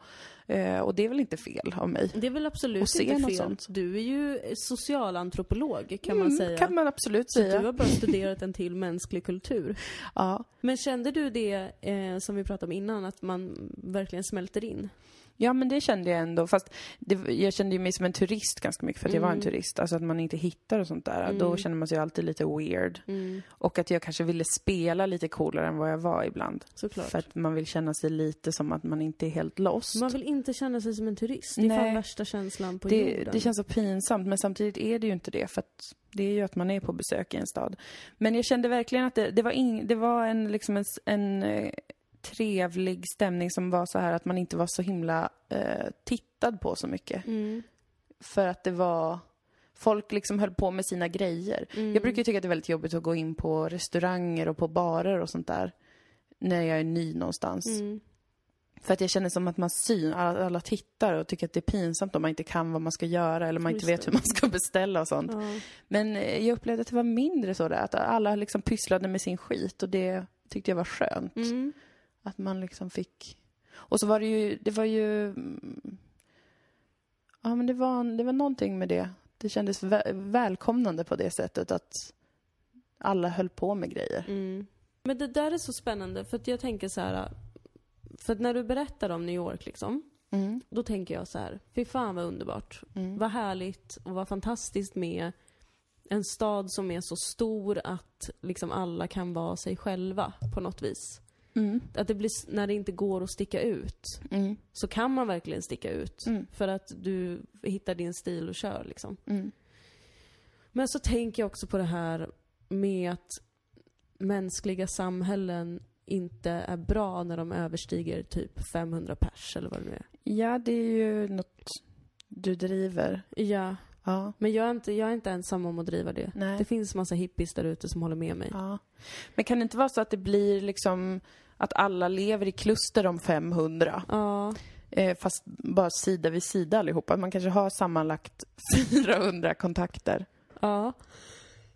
Speaker 2: Eh, och det är väl inte fel av mig?
Speaker 1: Det är väl
Speaker 2: Och
Speaker 1: absolut
Speaker 2: se
Speaker 1: inte
Speaker 2: något
Speaker 1: fel.
Speaker 2: sånt.
Speaker 1: Du är ju socialantropolog, kan man
Speaker 2: Mm,
Speaker 1: säga.
Speaker 2: kan man absolut
Speaker 1: Så du
Speaker 2: säga.
Speaker 1: har bara studerat en till mänsklig kultur.
Speaker 2: Ja.
Speaker 1: Men kände du det eh, som vi pratade om innan, att man verkligen smälter in?
Speaker 2: Ja, men det kände jag ändå. Fast det, jag kände ju mig som en turist ganska mycket för att jag var en
Speaker 1: Mm.
Speaker 2: turist. Alltså att man inte hittar och sånt där. Då
Speaker 1: Mm.
Speaker 2: känner man sig alltid lite weird. Och att jag kanske ville spela lite coolare än vad jag var ibland.
Speaker 1: Såklart.
Speaker 2: För att man vill känna sig lite som att man inte är helt lost.
Speaker 1: Man vill inte känna sig som en turist. Det är
Speaker 2: Nej.
Speaker 1: fan värsta känslan på
Speaker 2: det,
Speaker 1: jorden.
Speaker 2: det känns så pinsamt, men samtidigt är det ju inte det. För att det är ju att man är på besök i en stad. Men jag kände verkligen att det, det, var, ing- det var en, liksom en, s- en eh, trevlig stämning som var så här att man inte var så himla eh, tittad på så mycket.
Speaker 1: Mm,
Speaker 2: För att det var... Folk liksom höll på med sina grejer.
Speaker 1: mm.
Speaker 2: Jag brukar ju tycka att det är väldigt jobbigt att gå in på restauranger och på barer och sånt där. När jag är ny någonstans.
Speaker 1: Mm.
Speaker 2: För att jag känner som att man syn, alla, alla tittar och tycker att det är pinsamt om man inte kan vad man ska göra eller man inte
Speaker 1: Just
Speaker 2: vet
Speaker 1: det.
Speaker 2: hur man ska beställa och sånt.
Speaker 1: Ja.
Speaker 2: Men eh, jag upplevde att det var mindre så där, att alla liksom pysslade med sin skit och det tyckte jag var skönt.
Speaker 1: Mm.
Speaker 2: Att man liksom fick... Och så var det ju, det var ju... mm, Ja men det var, det var någonting med det. Det kändes vä- välkomnande på det sättet att alla höll på med grejer.
Speaker 1: Mm. Men det där är så spännande för att jag tänker så här. För att när du berättar om New York liksom.
Speaker 2: Mm.
Speaker 1: Då tänker jag så här. Fy fan vad underbart.
Speaker 2: Mm.
Speaker 1: Vad härligt och vad fantastiskt med en stad som är så stor att liksom alla kan vara sig själva på något vis.
Speaker 2: Mm.
Speaker 1: Att det blir, s- när det inte går att sticka ut,
Speaker 2: Mm.
Speaker 1: så kan man verkligen sticka ut.
Speaker 2: Mm.
Speaker 1: För att du hittar din stil och kör liksom.
Speaker 2: Mm.
Speaker 1: Men så tänker jag också på det här med att mänskliga samhällen inte är bra när de överstiger typ 500 pers eller vad det nu är.
Speaker 2: Ja, det är ju något du driver.
Speaker 1: Ja,
Speaker 2: Ja.
Speaker 1: men jag är inte, jag är inte ensam om att driva det.
Speaker 2: Nej.
Speaker 1: Det finns massa hippies där ute som håller med mig.
Speaker 2: ja. Men kan det inte vara så att det blir liksom att alla lever i kluster om 500?
Speaker 1: Ja,
Speaker 2: Eh, fast bara sida vid sida allihopa. Man kanske har sammanlagt 400 kontakter.
Speaker 1: ja.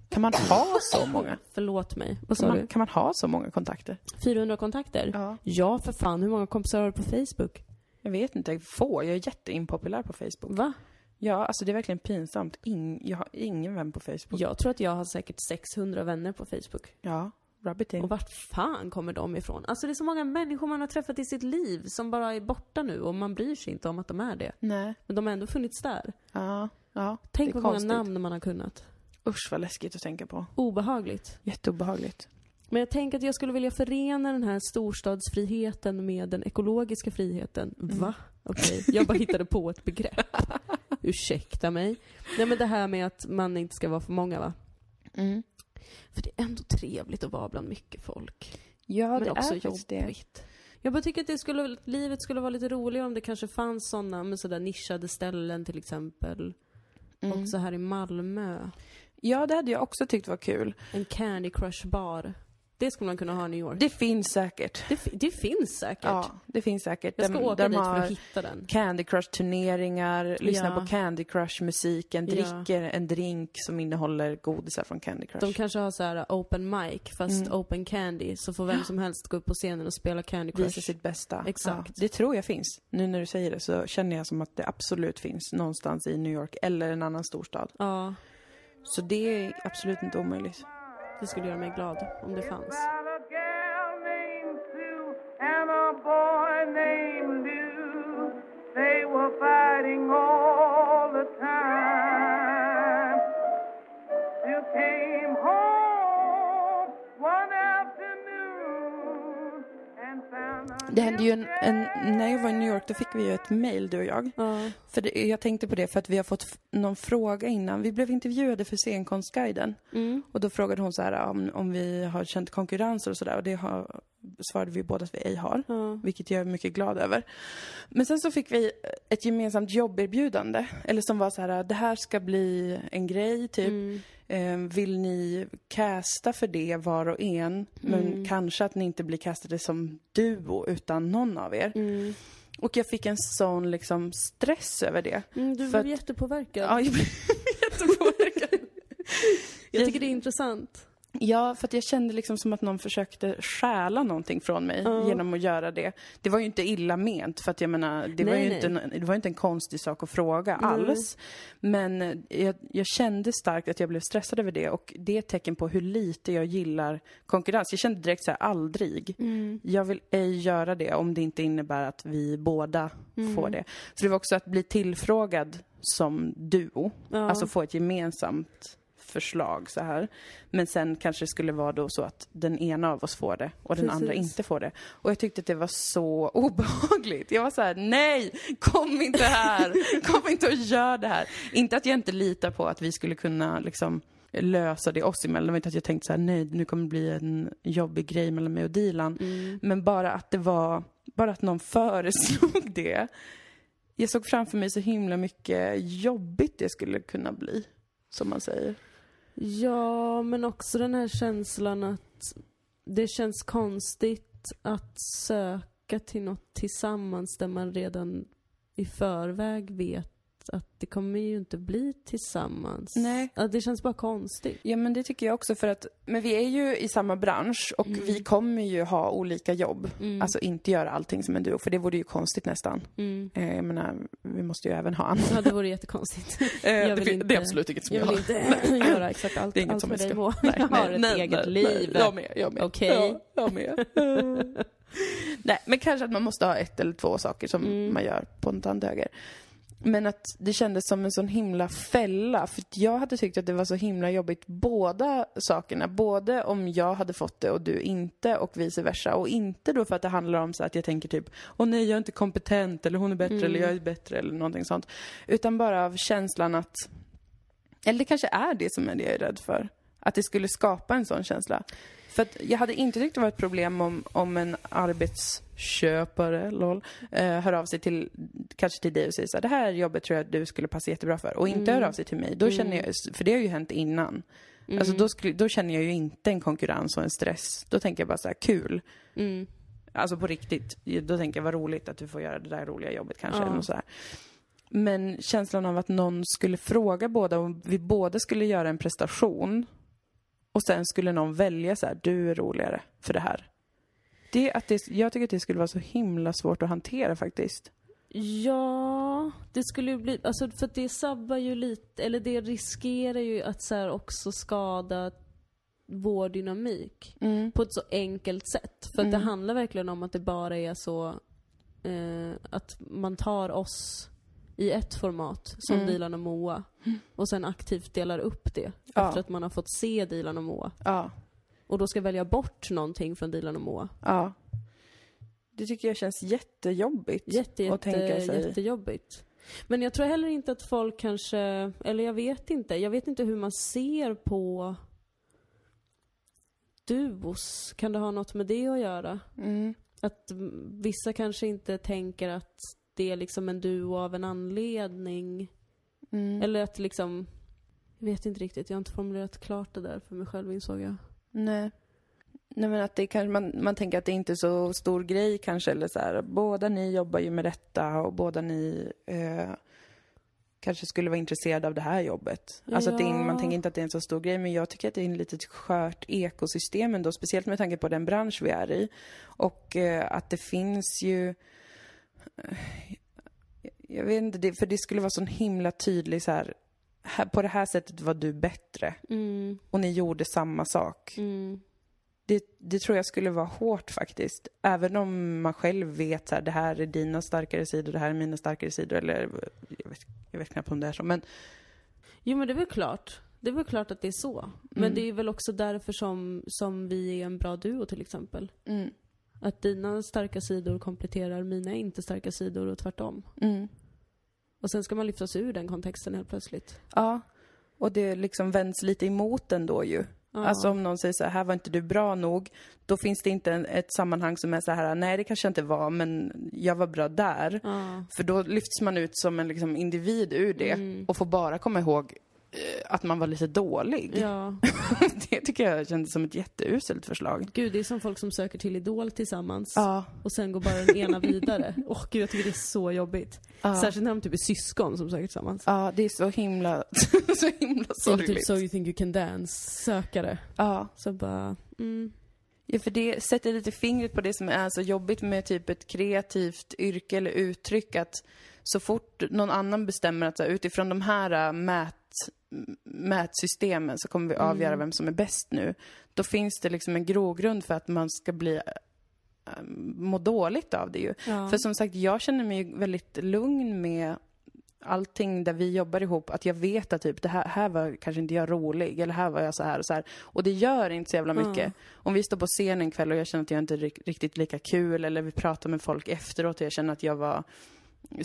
Speaker 2: Kan man ha så många?
Speaker 1: Förlåt mig. Vad
Speaker 2: Kan
Speaker 1: sa
Speaker 2: man,
Speaker 1: du?
Speaker 2: kan man ha så många kontakter?
Speaker 1: 400 kontakter?
Speaker 2: Ja.
Speaker 1: Ja, för fan. Hur många kompisar har du på Facebook?
Speaker 2: Jag vet inte. Få. Jag är jätteimpopulär på Facebook.
Speaker 1: Va?
Speaker 2: Ja, alltså det är verkligen pinsamt. Ing- jag har ingen vän på Facebook.
Speaker 1: Jag tror att jag har säkert 600 vänner på Facebook.
Speaker 2: Ja, rabbiting.
Speaker 1: Och vart fan kommer de ifrån? Alltså det är så många människor man har träffat i sitt liv som bara är borta nu och man bryr sig inte om att de är det.
Speaker 2: Nej.
Speaker 1: Men de har ändå funnits där.
Speaker 2: Ja. ja.
Speaker 1: Tänk
Speaker 2: Det är
Speaker 1: på hur många
Speaker 2: konstigt.
Speaker 1: namn man har kunnat.
Speaker 2: Usch vad läskigt att tänka på.
Speaker 1: Obehagligt.
Speaker 2: Jätteobehagligt.
Speaker 1: Men jag tänker att jag skulle vilja förena den här storstadsfriheten med den ekologiska friheten.
Speaker 2: Mm.
Speaker 1: Va? Okej, jag bara hittade på ett begrepp. Ursäkta mig. Nej men det här med att man inte ska vara för många va?
Speaker 2: Mm.
Speaker 1: För det är ändå trevligt att vara bland mycket folk.
Speaker 2: Ja,
Speaker 1: men
Speaker 2: det
Speaker 1: också
Speaker 2: är faktiskt det.
Speaker 1: jobbigt. Jag bara tycker att det skulle, livet skulle vara lite roligare om det kanske fanns sådana, men sådär nischade ställen till exempel.
Speaker 2: Mm.
Speaker 1: Också här i Malmö.
Speaker 2: Ja, det hade jag också tyckt var kul.
Speaker 1: En Candy Crush bar. Det skulle man kunna ha i New York.
Speaker 2: Det finns säkert.
Speaker 1: Det, fi- det finns säkert.
Speaker 2: Ja, det finns säkert.
Speaker 1: Jag ska
Speaker 2: Där-
Speaker 1: åka
Speaker 2: där
Speaker 1: dit
Speaker 2: man
Speaker 1: för
Speaker 2: har-
Speaker 1: att hitta den.
Speaker 2: Candy Crush-turneringar, lyssna
Speaker 1: Ja.
Speaker 2: på Candy Crush-musiken,
Speaker 1: Ja.
Speaker 2: dricker en drink som innehåller godisar från Candy Crush.
Speaker 1: De kanske har så här open mic, fast
Speaker 2: Mm.
Speaker 1: open candy, så får vem som helst gå upp på scenen och spela Candy
Speaker 2: Visa
Speaker 1: Crush.
Speaker 2: sitt bästa.
Speaker 1: Exakt.
Speaker 2: Ja, det tror jag finns. Nu när du säger det så känner jag som att det absolut finns någonstans i New York eller en annan storstad.
Speaker 1: Ja,
Speaker 2: Så det är absolut inte omöjligt.
Speaker 1: det skulle göra mig glad om det fanns.
Speaker 3: I've a gal named Sue and a boy named Lou. They were fighting all the time. Sue came home one afternoon and found a
Speaker 2: Det hände ju en,
Speaker 3: new
Speaker 2: en...
Speaker 3: day.
Speaker 2: När jag var i New York då fick vi ju ett mail, du och jag.
Speaker 1: Ja,
Speaker 2: För det, jag tänkte på det för att vi har fått f- någon fråga innan. Vi blev intervjuade för Scenkonstguiden.
Speaker 1: mm.
Speaker 2: Och då frågade hon så här om, om vi har känt konkurrenser och sådär. Och det har, svarade vi båda att vi ej har.
Speaker 1: ja.
Speaker 2: Vilket jag är mycket glad över. Men sen så fick vi ett gemensamt jobberbjudande. Eller som var så här, det här ska bli en grej typ.
Speaker 1: Mm.
Speaker 2: Eh, vill ni casta för det var och en? Men
Speaker 1: Mm.
Speaker 2: kanske att ni inte blir castade som duo utan någon av er.
Speaker 1: Mm.
Speaker 2: Och jag fick en sån liksom stress över det.
Speaker 1: Mm, du
Speaker 2: För
Speaker 1: blev
Speaker 2: att-
Speaker 1: jättepåverkad.
Speaker 2: Ja, jag blev jättepåverkad.
Speaker 1: jag tycker det är intressant.
Speaker 2: Ja, för att jag kände liksom som att någon försökte stjäla någonting från mig
Speaker 1: Ja.
Speaker 2: genom att göra det. Det var ju inte illa ment, för att jag menar, det, var,
Speaker 1: Nej,
Speaker 2: ju
Speaker 1: nej. Mm.
Speaker 2: inte, en- det var ju inte en konstig sak att fråga alls. Men eh, jag, jag kände starkt att jag blev stressad över det och det är ett tecken på hur lite jag gillar konkurrens. Jag kände direkt så här, aldrig.
Speaker 1: Mm.
Speaker 2: Jag vill ej göra det om det inte innebär att vi båda
Speaker 1: Mm.
Speaker 2: får det. Så det var också att bli tillfrågad som duo.
Speaker 1: Ja.
Speaker 2: Alltså få ett gemensamt förslag så här. Men sen kanske det skulle vara då så att den ena av oss får det och den andra
Speaker 1: Precis.
Speaker 2: inte får det. Och jag tyckte att det var så obehagligt. Jag var så här: nej! Kom inte här! Kom inte och gör det här! Inte att jag inte litar på att vi skulle kunna liksom lösa det oss emellan. Det var inte att jag tänkte så här: nej, nu kommer det bli en jobbig grej mellan mig och Dilan. Men bara att det var, bara att någon föreslog det. Jag såg framför mig så himla mycket jobbigt det skulle kunna bli. Som man säger.
Speaker 1: Ja, men också den här känslan att det känns konstigt att söka till något tillsammans där man redan i förväg vet att det kommer ju inte bli tillsammans.
Speaker 2: Nej.
Speaker 1: Ja, det känns bara konstigt.
Speaker 2: Ja men det tycker jag också för att, men vi är ju i samma bransch och
Speaker 1: Mm.
Speaker 2: vi kommer ju ha olika jobb. Alltså inte göra allting som en duo, för det vore ju konstigt nästan. Eh, jag menar, vi måste ju även ha annat.
Speaker 1: Ja, det vore jättekonstigt.
Speaker 2: Eh,
Speaker 1: Jag
Speaker 2: det,
Speaker 1: vill
Speaker 2: fin-
Speaker 1: inte-
Speaker 2: det är absolut inget som
Speaker 1: Jag
Speaker 2: jag,
Speaker 1: vill
Speaker 2: har.
Speaker 1: inte göra exakt allt,
Speaker 2: Det är inget
Speaker 1: allt
Speaker 2: som
Speaker 1: för
Speaker 2: jag
Speaker 1: dig
Speaker 2: ska-
Speaker 1: må.
Speaker 2: Nej,
Speaker 1: Jag
Speaker 2: nej,
Speaker 1: har ett
Speaker 2: nej,
Speaker 1: eget
Speaker 2: nej,
Speaker 1: liv.
Speaker 2: Nej, jag med, jag med.
Speaker 1: Okej.
Speaker 2: Ja, jag med. Eh. nej, men kanske att man måste ha ett eller två saker som man gör på en tandhöger. Men att det kändes som en sån himla fälla. För att jag hade tyckt att det var så himla jobbigt båda sakerna. Både om jag hade fått det och du inte och vice versa. Och inte då för att det handlar om så att jag tänker typ Åh nej, jag är inte kompetent eller hon är bättre eller jag är bättre eller någonting sånt. Utan bara av känslan att eller det kanske är det som är det jag är rädd för. Att det skulle skapa en sån känsla. För att jag hade inte tyckt det var ett problem om, om en arbetsköpare, LOL, eh, hör av sig till, kanske till dig och säger så här, det här jobbet tror jag att du skulle passa jättebra för. Och inte hör av sig till mig. Då känner jag, för det har ju hänt innan.
Speaker 1: Mm.
Speaker 2: Alltså då, skulle, då känner jag ju inte en konkurrens och en stress. Då tänker jag bara så här, kul.
Speaker 1: Mm.
Speaker 2: Alltså på riktigt. Då tänker jag vad roligt att du får göra det där roliga jobbet kanske.
Speaker 1: Ja.
Speaker 2: Eller något så här. Men känslan av att någon skulle fråga båda och vi båda skulle göra en prestation. Och sen skulle någon välja så här, du är roligare för det här. Det, att det, jag tycker att det skulle vara så himla svårt att hantera faktiskt.
Speaker 1: Ja, det skulle ju bli... Alltså för att det sabbar ju lite, eller det riskerar ju att så här också skada vår dynamik.
Speaker 2: Mm.
Speaker 1: På ett så enkelt sätt. För att det handlar verkligen om att det bara är så eh, att man tar oss i ett format, som
Speaker 2: Mm.
Speaker 1: Dilan och Moa. Och sen aktivt delar upp det.
Speaker 2: Ja.
Speaker 1: Efter att man har fått se Dilan och Moa.
Speaker 2: Ja.
Speaker 1: och då ska välja bort någonting från Dilan och Moa.
Speaker 4: Ja.
Speaker 2: Det tycker jag känns jättejobbigt.
Speaker 1: Jätte,
Speaker 2: att tänka
Speaker 1: jätte,
Speaker 2: sig.
Speaker 1: jättejobbigt. Men jag tror heller inte att folk kanske, eller jag vet inte, jag vet inte hur man ser på duos. Kan det ha något med det att göra?
Speaker 4: Mm.
Speaker 1: Att mm, vissa kanske inte tänker att det är liksom en duo av en anledning.
Speaker 4: Mm.
Speaker 1: Eller att liksom, jag vet inte riktigt, jag har inte formulerat klart det där för mig själv insåg jag.
Speaker 4: Nej.
Speaker 2: Nej men att det kanske, man, man tänker att det inte är så stor grej kanske eller så här, båda ni jobbar ju med detta och båda ni eh, kanske skulle vara intresserade av det här jobbet. Alltså att det är, en- man
Speaker 1: Ja.
Speaker 2: tänker inte att det är en så stor grej men jag tycker att det är en lite skört ekosystem ändå, speciellt med tanke på den bransch vi är i. Och eh, att det finns ju eh, jag vet inte, det, för det skulle vara sån himla tydlig så här, här, på det här sättet var du bättre
Speaker 1: Mm,
Speaker 2: och ni gjorde samma sak.
Speaker 1: mm,
Speaker 2: Det, det tror jag skulle vara hårt faktiskt. Även om man själv vet så här, det här är dina starkare sidor, det här är mina starkare sidor. Eller jag vet, jag vet knappt om det är så. Men
Speaker 1: Jo men det är väl klart. Det är väl klart att det är så. Men
Speaker 4: Mm.
Speaker 1: det är väl också därför som, som vi är en bra duo till exempel.
Speaker 4: Mm.
Speaker 1: Att dina starka sidor kompletterar mina inte starka sidor och tvärtom.
Speaker 4: Mm.
Speaker 1: Och sen ska man lyftas ur den kontexten helt plötsligt.
Speaker 2: ja, och det liksom vänds lite emot ändå ju.
Speaker 1: Ja.
Speaker 2: Alltså om någon säger så här, här var inte du bra nog. Då finns det inte en, ett sammanhang som är så här, nej det kanske jag inte var, men jag var bra där.
Speaker 1: Ja.
Speaker 2: För då lyfts man ut som en liksom, individ ur det
Speaker 1: Mm.
Speaker 2: och får bara komma ihåg eh, att man var lite dålig.
Speaker 1: ja.
Speaker 2: Det tycker jag kändes som ett jätteuselt förslag.
Speaker 1: Gud, det är som folk som söker till Idol tillsammans.
Speaker 2: Ja.
Speaker 1: Och sen går bara den ena vidare. Åh gud, jag tycker det är så jobbigt. Särskilt när de typ är syskon som söker tillsammans.
Speaker 2: Ja, det är så himla, så himla
Speaker 1: Eller typ
Speaker 2: sorgligt.
Speaker 1: So you think you can dance-sökare.
Speaker 2: Ja.
Speaker 1: Så bara, mm.
Speaker 2: ja, för det sätter lite fingret på det som är så jobbigt med typ ett kreativt yrke eller uttryck att så fort någon annan bestämmer att så här, utifrån de här äh, mät, m- mätsystemen så kommer vi avgöra vem som är bäst nu. Då finns det liksom en grogrund för att man ska bli äh, må dåligt av det ju.
Speaker 1: Ja.
Speaker 2: För som sagt, jag känner mig ju väldigt lugn med allting där vi jobbar ihop, att jag vet att typ det här, här var kanske inte jag rolig, eller här var jag så här och så här. Och det gör inte så jävla
Speaker 1: Ja.
Speaker 2: mycket. Om vi står på scen en kväll och jag känner att jag inte är rik- riktigt lika kul, eller vi pratar med folk efteråt och jag känner att jag var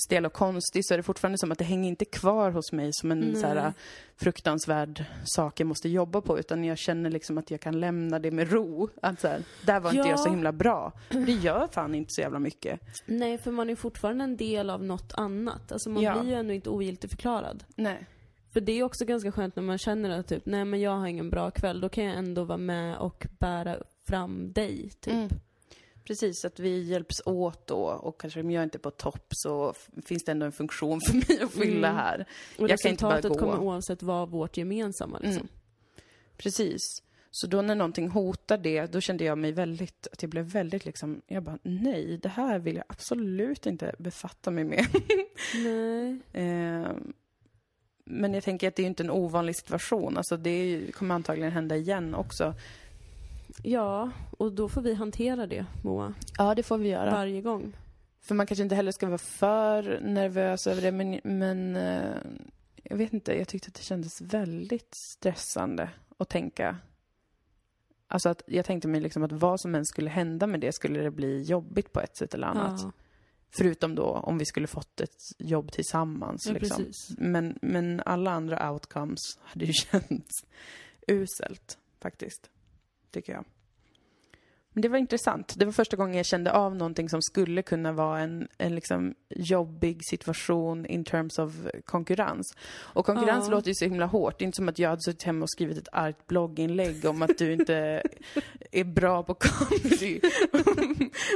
Speaker 2: stel och konstig, så är det fortfarande som att det hänger inte kvar hos mig som en
Speaker 1: Nej.
Speaker 2: så här fruktansvärd sak jag måste jobba på, utan jag känner liksom att jag kan lämna det med ro. Att så här, där var inte
Speaker 1: Ja.
Speaker 2: jag så himla bra. Det gör fan inte så jävla mycket.
Speaker 1: Nej, för man är fortfarande en del av något annat. Alltså man
Speaker 2: Ja.
Speaker 1: blir ju ändå inte ogiltigförklarad.
Speaker 2: Nej.
Speaker 1: För det är också ganska skönt när man känner att typ, nej men jag har ingen bra kväll. Då kan jag ändå vara med och bära fram dig, typ.
Speaker 2: Mm. Precis, att vi hjälps åt då och kanske om jag inte är på topp så f- finns det ändå en funktion för mig att fylla
Speaker 1: Mm.
Speaker 2: här.
Speaker 1: Och
Speaker 2: Jag kan inte bara
Speaker 1: resultatet
Speaker 2: gå.
Speaker 1: kommer oavsett vara vårt gemensamma liksom.
Speaker 2: Mm. Precis. Så då när någonting hotar det, då kände jag mig väldigt, att jag blev väldigt liksom, jag bara nej, det här vill jag absolut inte befatta mig med.
Speaker 1: Mm. Nej.
Speaker 2: Eh, men jag tänker att det är ju inte en ovanlig situation, alltså det är ju, kommer antagligen hända igen också.
Speaker 1: Ja, och då får vi hantera det, Moa.
Speaker 2: Ja, det får vi göra.
Speaker 1: Varje gång.
Speaker 2: För man kanske inte heller ska vara för nervös över det, men, men eh, jag vet inte, jag tyckte att det kändes väldigt stressande att tänka. Alltså att jag tänkte mig liksom att vad som än skulle hända med det skulle det bli jobbigt på ett sätt eller annat.
Speaker 1: Ja,
Speaker 2: Förutom då om vi skulle fått ett jobb tillsammans.
Speaker 1: ja
Speaker 2: liksom.
Speaker 1: precis.
Speaker 2: men, men alla andra outcomes hade ju känts uselt faktiskt, tycker jag. Men det var intressant. Det var första gången jag kände av någonting som skulle kunna vara en, en liksom jobbig situation in terms of konkurrens. Och konkurrens
Speaker 1: Ja.
Speaker 2: låter ju så himla hårt. Det är inte som att jag hade suttit hemma och skrivit ett argt blogginlägg om att du inte är bra på comedy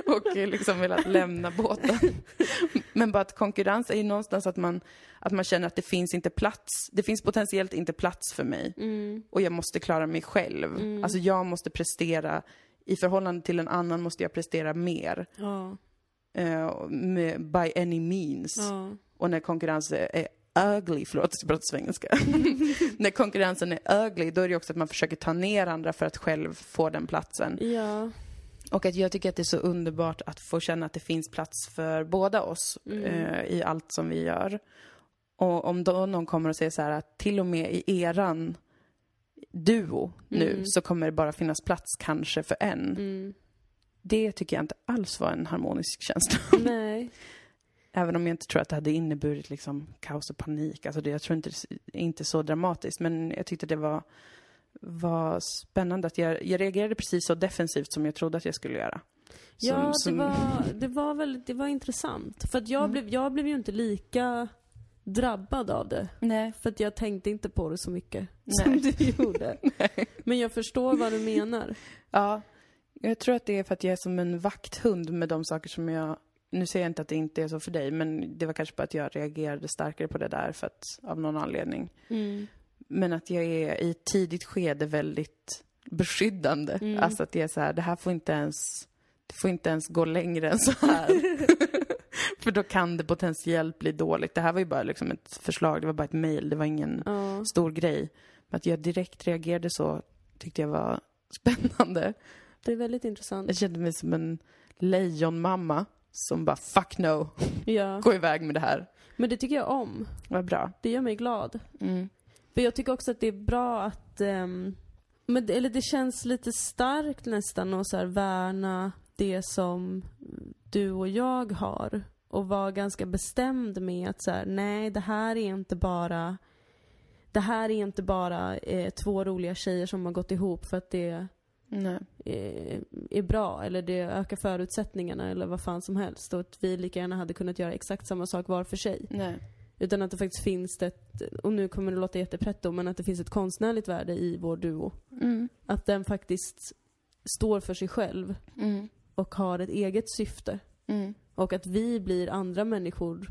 Speaker 2: och liksom velat lämna båten. Men bara att konkurrens är ju någonstans att man, att man känner att det finns inte plats. Det finns potentiellt inte plats för mig
Speaker 1: Mm.
Speaker 2: och jag måste klara mig själv.
Speaker 1: Mm.
Speaker 2: Alltså jag måste prestera, i förhållande till en annan måste jag prestera mer.
Speaker 1: Ja,
Speaker 2: eh, med, by any means.
Speaker 1: ja.
Speaker 2: Och när konkurrens är, är ugly, förlåt jag pratar svengelska. när konkurrensen är ugly då är det ju också att man försöker ta ner andra för att själv få den platsen.
Speaker 1: Ja.
Speaker 2: Och att jag tycker att det är så underbart att få känna att det finns plats för båda oss
Speaker 1: Mm.
Speaker 2: eh, i allt som vi gör. Och om då någon kommer och säger så här att till och med i eran duo nu
Speaker 1: Mm.
Speaker 2: så kommer det bara finnas plats kanske för en.
Speaker 1: Mm.
Speaker 2: Det tycker jag inte alls var en harmonisk känsla.
Speaker 1: Nej.
Speaker 2: Även om jag inte tror att det hade inneburit liksom kaos och panik. Alltså det, jag tror inte inte så dramatiskt, men jag tyckte det var, var spännande att jag, jag reagerade precis så defensivt som jag trodde att jag skulle göra. Som,
Speaker 1: ja, det
Speaker 2: som- Mm.
Speaker 1: var, det var väldigt, det var intressant. För att jag, blev, jag blev ju inte lika drabbad av det.
Speaker 2: Nej.
Speaker 1: För att jag tänkte inte på det så mycket
Speaker 2: Nej.
Speaker 1: som du gjorde. Men jag förstår vad du menar.
Speaker 2: Ja, jag tror att det är för att jag är som en vakthund med de saker som jag... Nu säger jag inte att det inte är så för dig, men det var kanske bara att jag reagerade starkare på det där för att, av någon anledning. Men att jag är i ett tidigt skede väldigt beskyddande.
Speaker 1: Mm.
Speaker 2: Alltså att det är så här, det här får inte ens... Det får inte ens gå längre än så här. för då kan det potentiellt bli dåligt. Det här var ju bara liksom ett förslag, det var bara ett mejl, det var ingen
Speaker 1: Ja.
Speaker 2: stor grej. Men att jag direkt reagerade så tyckte jag var spännande.
Speaker 1: Det är väldigt intressant.
Speaker 2: Jag kände mig som en lejonmamma som bara fuck no,
Speaker 1: Ja.
Speaker 2: gå iväg med det här.
Speaker 1: Men det tycker jag om.
Speaker 2: Vad bra.
Speaker 1: Det gör mig glad. För jag tycker också att det är bra att... ehm, men det, eller det känns lite starkt nästan att så här värna det som du och jag har. Och vara ganska bestämd med att så här, nej det här är inte bara det här är inte bara eh, två roliga tjejer som har gått ihop för att det
Speaker 2: Nej.
Speaker 1: eh, är bra eller det ökar förutsättningarna eller vad fan som helst och att vi lika gärna hade kunnat göra exakt samma sak var för sig.
Speaker 2: Nej.
Speaker 1: Utan att det faktiskt finns ett, och nu kommer det låta jättepretto, men att det finns ett konstnärligt värde i vår duo.
Speaker 2: Mm.
Speaker 1: Att den faktiskt står för sig själv
Speaker 2: Mm.
Speaker 1: och har ett eget syfte.
Speaker 2: Mm.
Speaker 1: Och att vi blir andra människor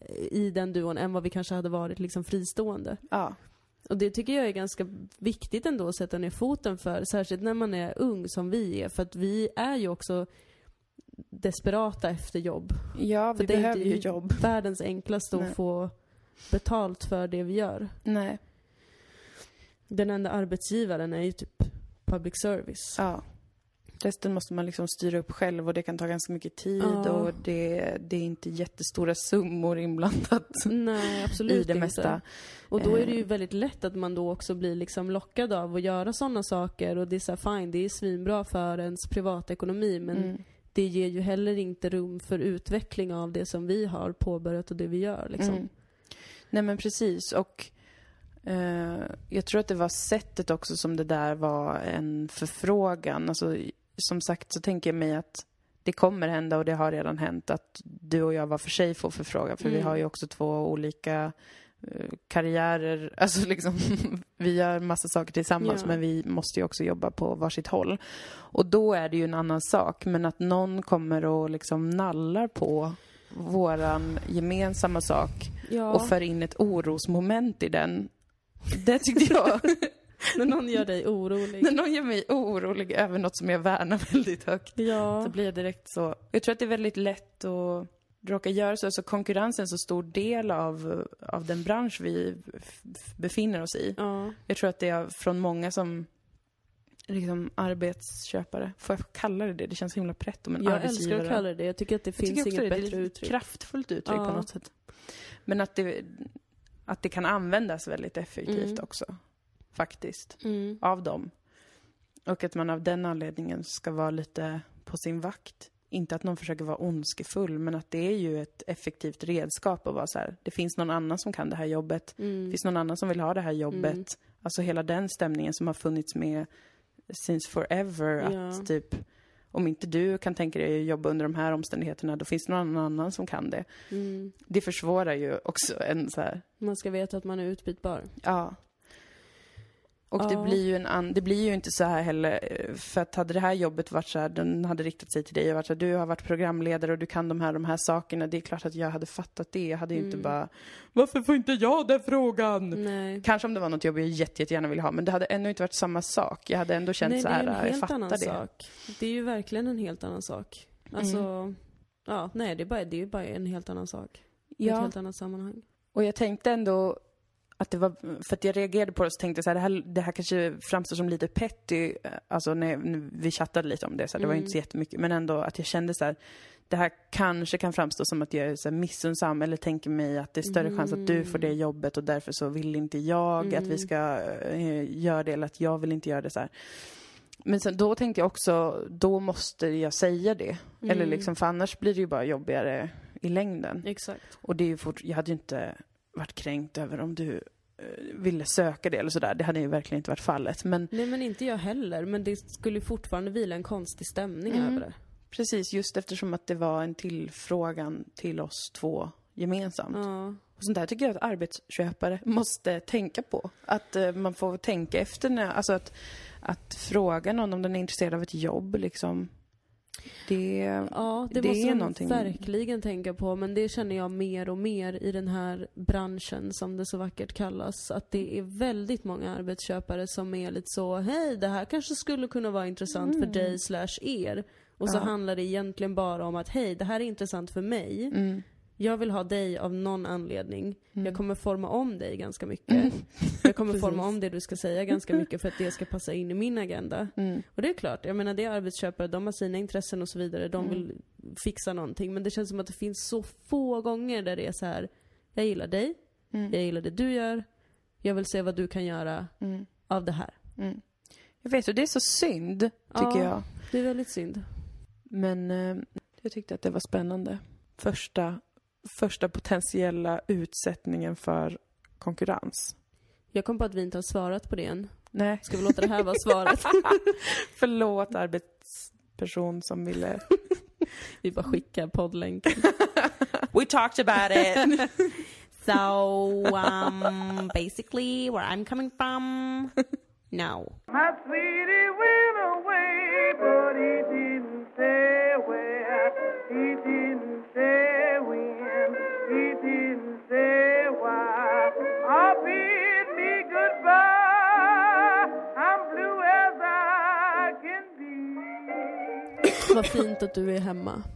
Speaker 1: eh, i den duon än vad vi kanske hade varit liksom fristående.
Speaker 2: Ja.
Speaker 1: Och det tycker jag är ganska viktigt ändå att sätta ner foten för, särskilt när man är ung som vi är. För att vi är ju också desperata efter jobb.
Speaker 2: ja, vi
Speaker 1: För det är
Speaker 2: behöver
Speaker 1: inte-
Speaker 2: ju jobb.
Speaker 1: Världens enklaste
Speaker 2: Nej.
Speaker 1: att få betalt för det vi gör.
Speaker 2: Nej.
Speaker 1: Den enda arbetsgivaren är ju typ public service.
Speaker 2: Ja. Resten måste man liksom styra upp själv och det kan ta ganska mycket tid
Speaker 1: Ja.
Speaker 2: och det, det är inte jättestora summor inblandat
Speaker 1: Mm, Nej, absolut
Speaker 2: Alltså, i
Speaker 1: inte.
Speaker 2: det mesta. Eh.
Speaker 1: Och då är det ju väldigt lätt att man då också blir liksom lockad av att göra sådana saker och det är så här, fine, det är svinbra för ens privatekonomi men
Speaker 2: Mm.
Speaker 1: det ger ju heller inte rum för utveckling av det som vi har påbörjat och det vi gör liksom.
Speaker 2: Mm. Nej men precis och eh, jag tror att det var sättet också som det där var en förfrågan. Alltså, som sagt så tänker jag mig att det kommer hända och det har redan hänt att du och jag var för sig får förfrågan för vi
Speaker 1: Mm.
Speaker 2: har ju också två olika eh, karriärer, alltså liksom vi gör massa saker tillsammans
Speaker 1: Ja.
Speaker 2: men vi måste ju också jobba på varsitt håll. Och då är det ju en annan sak, men att någon kommer och liksom nallar på våran gemensamma sak
Speaker 1: Ja,
Speaker 2: och för in ett orosmoment i den. Det tyckte jag,
Speaker 1: när någon gör dig orolig.
Speaker 2: när någon gör mig orolig över något som jag värnar väldigt högt, så
Speaker 1: ja.
Speaker 2: blir jag direkt så. Jag tror att det är väldigt lätt att råka göra så, alltså konkurrensen är en så stor del av, av den bransch vi f- f- befinner oss i.
Speaker 1: ja.
Speaker 2: Jag tror att det är från många som liksom arbetsköpare, får jag kalla det det? Det känns himla prätt om en
Speaker 1: Jag
Speaker 2: arbetsgivare.
Speaker 1: älskar att kalla det det. Jag tycker att det
Speaker 2: Jag
Speaker 1: finns
Speaker 2: tycker också
Speaker 1: inget
Speaker 2: det,
Speaker 1: bättre
Speaker 2: det är ett
Speaker 1: uttryck.
Speaker 2: kraftfullt uttryck
Speaker 1: Ja.
Speaker 2: på något sätt. Men att det, att det kan användas väldigt effektivt
Speaker 1: Mm.
Speaker 2: också, faktiskt,
Speaker 1: Mm.
Speaker 2: av dem. Och att man av den anledningen ska vara lite på sin vakt. Inte att någon försöker vara ondskefull, men att det är ju ett effektivt redskap att vara så här. det finns någon annan som kan det här jobbet,
Speaker 1: Mm.
Speaker 2: finns någon annan som vill ha det här jobbet.
Speaker 1: Mm.
Speaker 2: Alltså hela den stämningen som har funnits med since forever.
Speaker 1: Ja.
Speaker 2: Att typ, om inte du kan tänka dig att jobba under de här omständigheterna, då finns det någon annan som kan det.
Speaker 1: Mm.
Speaker 2: Det försvårar ju också en så här,
Speaker 1: Man ska veta att man är utbytbar.
Speaker 2: ja. Och det
Speaker 1: Ja.
Speaker 2: blir ju en an, det blir ju inte så här heller, eh, för att hade det här jobbet varit så här, den hade riktat sig till dig och varit så här, du har varit programledare och du kan de här, de här sakerna, det är klart att jag hade fattat det. Jag hade ju inte
Speaker 1: Mm.
Speaker 2: bara, varför får inte jag den frågan?
Speaker 1: Nej.
Speaker 2: Kanske om det var något jobb jag jätte, jättegärna ville ha, men det hade ändå inte varit samma sak. Jag hade ändå känt
Speaker 1: Nej,
Speaker 2: så
Speaker 1: det är ju en
Speaker 2: här, jag
Speaker 1: helt
Speaker 2: fattar
Speaker 1: annan
Speaker 2: det. Mm.
Speaker 1: sak. Det är ju verkligen en helt annan sak. Alltså, ja, nej det är, bara, det är ju bara en helt annan sak. I Ett
Speaker 2: Ja,
Speaker 1: helt annat sammanhang.
Speaker 2: och jag tänkte ändå Att det var, för att jag reagerade på det så tänkte jag så här, det här, det här kanske framstår som lite petty, eh, alltså när, när vi chattade lite om det så här, det var ju inte så jättemycket, men ändå att jag kände så här, det här kanske kan framstå som att jag är så här missunnsam eller tänker mig att det är större chans att du får det jobbet och därför så vill inte jag att vi ska eh, göra det eller att jag vill inte göra det så här. Men sen, då tänkte jag också, då måste jag säga det. Eller
Speaker 1: Mm.
Speaker 2: liksom, för annars blir det ju bara jobbigare i längden.
Speaker 1: Exakt.
Speaker 2: Och det är ju fort, jag hade ju inte varit kränkt över om du eh, ville söka det eller sådär. Det hade ju verkligen inte varit fallet. Men
Speaker 1: Nej men inte jag heller, men det skulle ju fortfarande vila en konstig stämning
Speaker 2: Mm.
Speaker 1: över det.
Speaker 2: precis, just eftersom att det var en tillfrågan till oss två gemensamt.
Speaker 1: Ja.
Speaker 2: Och sånt där tycker jag att arbetsköpare måste tänka på. Att eh, man får tänka efter när, alltså att, att fråga någon om den är intresserad av ett jobb liksom. Det,
Speaker 1: Ja, det,
Speaker 2: Det
Speaker 1: måste
Speaker 2: är
Speaker 1: man
Speaker 2: någonting-
Speaker 1: verkligen tänka på. Men det känner jag mer och mer i den här branschen som det så vackert kallas. Att det är väldigt många arbetsköpare som är lite så, hej det här kanske skulle kunna vara intressant för dig slash er. Och så
Speaker 2: Mm. Ja.
Speaker 1: handlar det egentligen bara om att, hej det här är intressant för mig.
Speaker 2: mm.
Speaker 1: Jag vill ha dig av någon anledning.
Speaker 2: Mm.
Speaker 1: Jag kommer forma om dig ganska mycket. Jag kommer forma om det du ska säga ganska mycket för att det ska passa in i min agenda.
Speaker 2: Mm.
Speaker 1: Och det är klart, jag menar det är arbetsköpare, de har sina intressen och så vidare. De
Speaker 2: Mm.
Speaker 1: vill fixa någonting. Men det känns som att det finns så få gånger där det är så här. jag gillar dig,
Speaker 2: Mm.
Speaker 1: jag gillar det du gör, jag vill se vad du kan göra
Speaker 2: Mm.
Speaker 1: av det här.
Speaker 2: Mm. Jag vet, och det är så synd, tycker
Speaker 1: Ja.
Speaker 2: jag.
Speaker 1: Det är väldigt synd.
Speaker 2: Men eh, jag tyckte att det var spännande. Första, första potentiella utsättningen för konkurrens.
Speaker 1: Jag kom på att vi inte har svarat på det än.
Speaker 2: Nej,
Speaker 1: Ska vi låta det här vara svaret?
Speaker 2: förlåt arbetsperson som ville...
Speaker 1: vi bara skickar poddlänk.
Speaker 2: We talked about it!
Speaker 5: So, um, basically, where I'm coming from, no.
Speaker 3: My sweetie went away, but he didn't say where. He didn't say when. He didn't say why. Oh, bid me goodbye. I'm blue as I can be.
Speaker 1: Vad fint att du är hemma.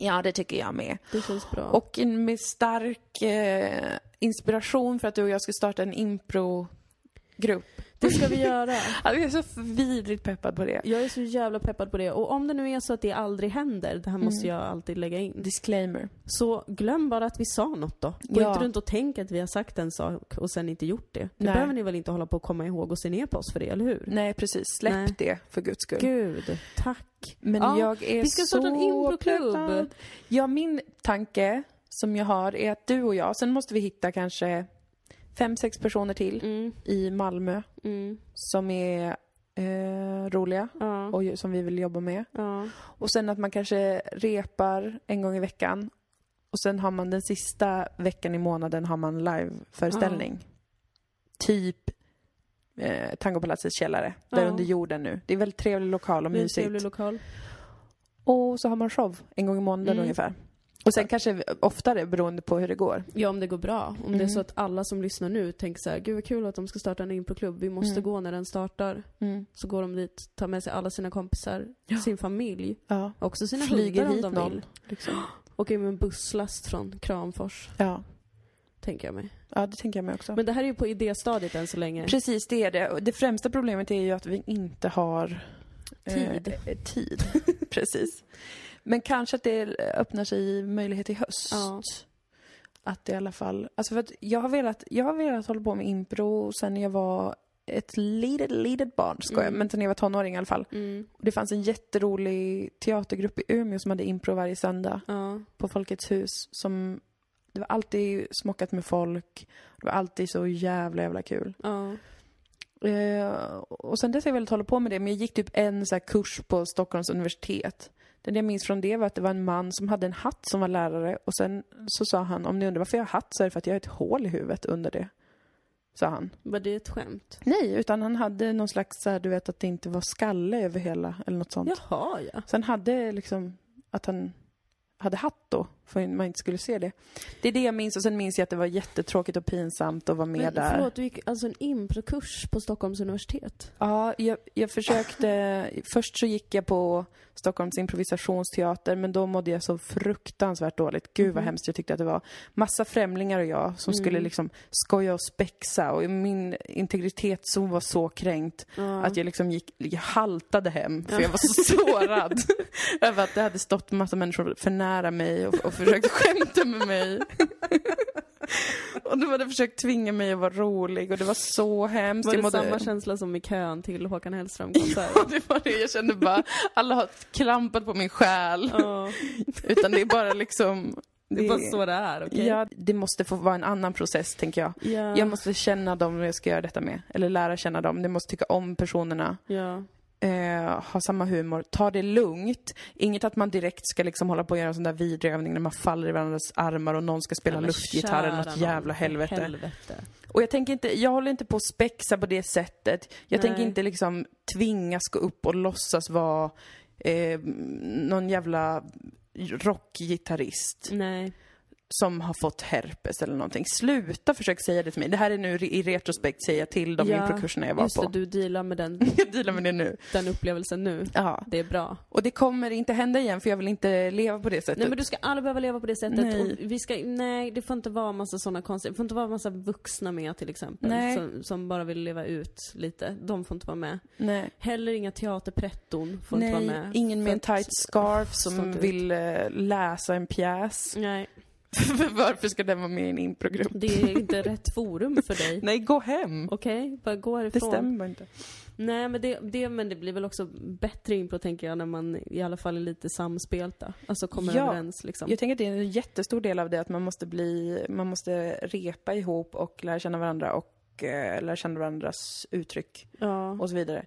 Speaker 2: Ja, det tycker jag med.
Speaker 1: Det känns bra.
Speaker 2: Och en- med stark eh, inspiration för att du och jag ska starta en impro-grupp.
Speaker 1: det ska vi göra.
Speaker 2: Ja, Jag är så vidrigt peppad på det.
Speaker 1: Jag är så jävla peppad på det. Och om det nu är så att det aldrig händer, det här måste
Speaker 2: Mm.
Speaker 1: jag alltid lägga in.
Speaker 2: Disclaimer.
Speaker 1: Så glöm bara att vi sa något då. Gå
Speaker 2: Ja.
Speaker 1: inte runt och tänk att vi har sagt en sak och sen inte gjort det. Det
Speaker 2: Nej.
Speaker 1: behöver ni väl inte hålla på att komma ihåg och se ner på oss för det, eller hur?
Speaker 2: Nej, precis. Släpp
Speaker 1: Nej.
Speaker 2: det, för guds skull.
Speaker 1: Gud, tack.
Speaker 2: Men
Speaker 1: Ja,
Speaker 2: jag är
Speaker 1: vi ska
Speaker 2: så
Speaker 1: starta en improklubb.
Speaker 2: peppad. Ja, min tanke som jag har är att du och jag, sen måste vi hitta kanske fem, sex personer till
Speaker 1: Mm,
Speaker 2: i Malmö
Speaker 1: mm,
Speaker 2: som är eh, roliga
Speaker 1: ja,
Speaker 2: och ju- som vi vill jobba med.
Speaker 1: ja.
Speaker 2: Och sen att man kanske repar en gång i veckan. Och sen har man den sista veckan i månaden har man liveföreställning. Typ eh, Tangopalatsets källare, där
Speaker 1: Ja.
Speaker 2: under jorden nu. Det är väldigt trevlig lokal och
Speaker 1: Det är en
Speaker 2: mysigt.
Speaker 1: trevlig lokal.
Speaker 2: Och så har man show en gång i månaden
Speaker 1: Mm.
Speaker 2: ungefär. Och sen kanske vi- oftare beroende på hur det går.
Speaker 1: Ja, om det går bra. Om det är
Speaker 2: Mm.
Speaker 1: så att alla som lyssnar nu tänker så här, gud vad kul att de ska starta en improklubb, vi måste
Speaker 2: Mm.
Speaker 1: gå när den startar. Så går de dit, tar med sig alla sina kompisar, sin familj,
Speaker 2: Ja.
Speaker 1: också sina
Speaker 2: Flyger
Speaker 1: hundar
Speaker 2: hit
Speaker 1: om de
Speaker 2: någon.
Speaker 1: vill.
Speaker 2: Liksom.
Speaker 1: Och är med en busslast från Kramfors,
Speaker 2: Ja.
Speaker 1: tänker jag mig.
Speaker 2: ja, det tänker jag mig också.
Speaker 1: Men det här är ju på idéstadiet än så länge.
Speaker 2: Precis, det är det. Och Det främsta problemet är ju att vi inte har
Speaker 1: Tid.
Speaker 2: Eh, tid. Precis. Men kanske att det öppnar sig möjlighet i höst.
Speaker 1: Ja.
Speaker 2: Att det i alla fall... Alltså för att jag har velat, jag har velat hålla på med impro sen jag var ett litet, litet barn, skojar
Speaker 1: Mm.
Speaker 2: men sen jag var tonåring i alla fall.
Speaker 1: Mm,
Speaker 2: Och Det fanns en jätterolig teatergrupp i Umeå som hade impro varje söndag
Speaker 1: ja.
Speaker 2: på Folkets hus som... Det var alltid smockat med folk. Det var alltid så jävla, jävla kul.
Speaker 1: Ja.
Speaker 2: Eh, och sen dess har jag velat hålla på med det, men jag gick typ en så här kurs på Stockholms universitet. Det jag minns från det var att det var en man som hade en hatt som var lärare och sen så sa han, om ni undrar varför jag har hatt så är det för att jag har ett hål i huvudet under det. Sa han.
Speaker 1: Var det ett skämt?
Speaker 2: Nej, utan han hade någon slags så här, du vet att det inte var skalle över hela eller något sånt.
Speaker 1: Jaha, ja.
Speaker 2: Så han hade liksom, att han hade hatt då. för man inte skulle se det. Det är det jag minns och sen minns jag att det var jättetråkigt och pinsamt att vara med
Speaker 1: Men
Speaker 2: där.
Speaker 1: förlåt, du gick alltså en improkurs på Stockholms universitet?
Speaker 2: Ja, jag, jag försökte. Först så gick jag på Stockholms improvisationsteater men då mådde jag så fruktansvärt dåligt. Gud
Speaker 1: Mhm.
Speaker 2: vad hemskt jag tyckte att det var. Massa främlingar och jag som skulle
Speaker 1: Mm.
Speaker 2: liksom skoja och spexa och min integritetszon var så kränkt att jag liksom gick, jag haltade hem för jag var så sårad över att det hade stått massa människor för nära mig och, och försökt skämta med mig. Och de hade försökt tvinga mig att vara rolig och det var så hemskt.
Speaker 1: Var
Speaker 2: Jag
Speaker 1: det
Speaker 2: mådde-
Speaker 1: samma känsla som i kön till Håkan Hellström-konsert?
Speaker 2: Ja, det var det. Jag kände bara, alla har klampat på min själ. Utan det är bara liksom...
Speaker 1: det är bara så det är, okej?
Speaker 2: Ja, det måste få vara en annan process, tänker jag.
Speaker 1: Ja.
Speaker 2: Jag måste känna dem jag ska göra detta med. Eller lära känna dem. Jag måste tycka om personerna.
Speaker 1: ja.
Speaker 2: Eh, ha samma humor. Ta det lugnt. Inget att man direkt ska liksom hålla på och göra en sån där vidrig övning när man faller i varandras armar och någon ska spela
Speaker 1: Men
Speaker 2: luftgitarr eller
Speaker 1: kära
Speaker 2: något
Speaker 1: nån,
Speaker 2: jävla
Speaker 1: för
Speaker 2: helvete.
Speaker 1: helvete.
Speaker 2: Och jag tänker inte, jag håller inte på att spexa på det sättet. Jag
Speaker 1: Nej.
Speaker 2: tänker inte liksom tvingas gå upp och låtsas vara eh, någon jävla rockgitarrist
Speaker 1: Nej.
Speaker 2: som har fått herpes eller någonting. Sluta försöka säga det till mig. Det här är nu i retrospekt säger jag till de
Speaker 1: Ja,
Speaker 2: improkurserna jag var
Speaker 1: Just
Speaker 2: på.
Speaker 1: det, du dealar med den,
Speaker 2: Jag dealar med det nu.
Speaker 1: den upplevelsen nu.
Speaker 2: Ja.
Speaker 1: Det är bra.
Speaker 2: Och det kommer inte hända igen för jag vill inte leva på det sättet. typ.
Speaker 1: Nej men du ska aldrig behöva leva på det sättet.
Speaker 2: Nej.
Speaker 1: Och vi ska, nej, det får inte vara massa sådana konstiga, det får inte vara massa vuxna med till exempel.
Speaker 2: Nej.
Speaker 1: Som, som bara vill leva ut lite. De får inte vara med.
Speaker 2: Nej.
Speaker 1: Heller inga teaterpretton får
Speaker 2: Nej,
Speaker 1: inte vara med.
Speaker 2: ingen med en
Speaker 1: För att-
Speaker 2: tight scarf
Speaker 1: Sånt
Speaker 2: som
Speaker 1: ut.
Speaker 2: vill eh, läsa en pjäs.
Speaker 1: Nej,
Speaker 2: Varför ska den vara med i en improgrupp?
Speaker 1: Mm. det är inte rätt forum för dig.
Speaker 2: Nej, gå hem!
Speaker 1: Okej, bara gå
Speaker 2: Det
Speaker 1: härifrån.
Speaker 2: stämmer bara inte.
Speaker 1: Nej men det, det, men det blir väl också bättre impro tänker jag när man i alla fall är lite samspelta. Alltså kommer
Speaker 2: Ja,
Speaker 1: överens liksom.
Speaker 2: Jag tänker att det är en jättestor del av det att man måste bli, man måste repa ihop och lära känna varandra och eh, lära känna varandras uttryck
Speaker 1: Ja.
Speaker 2: och så vidare.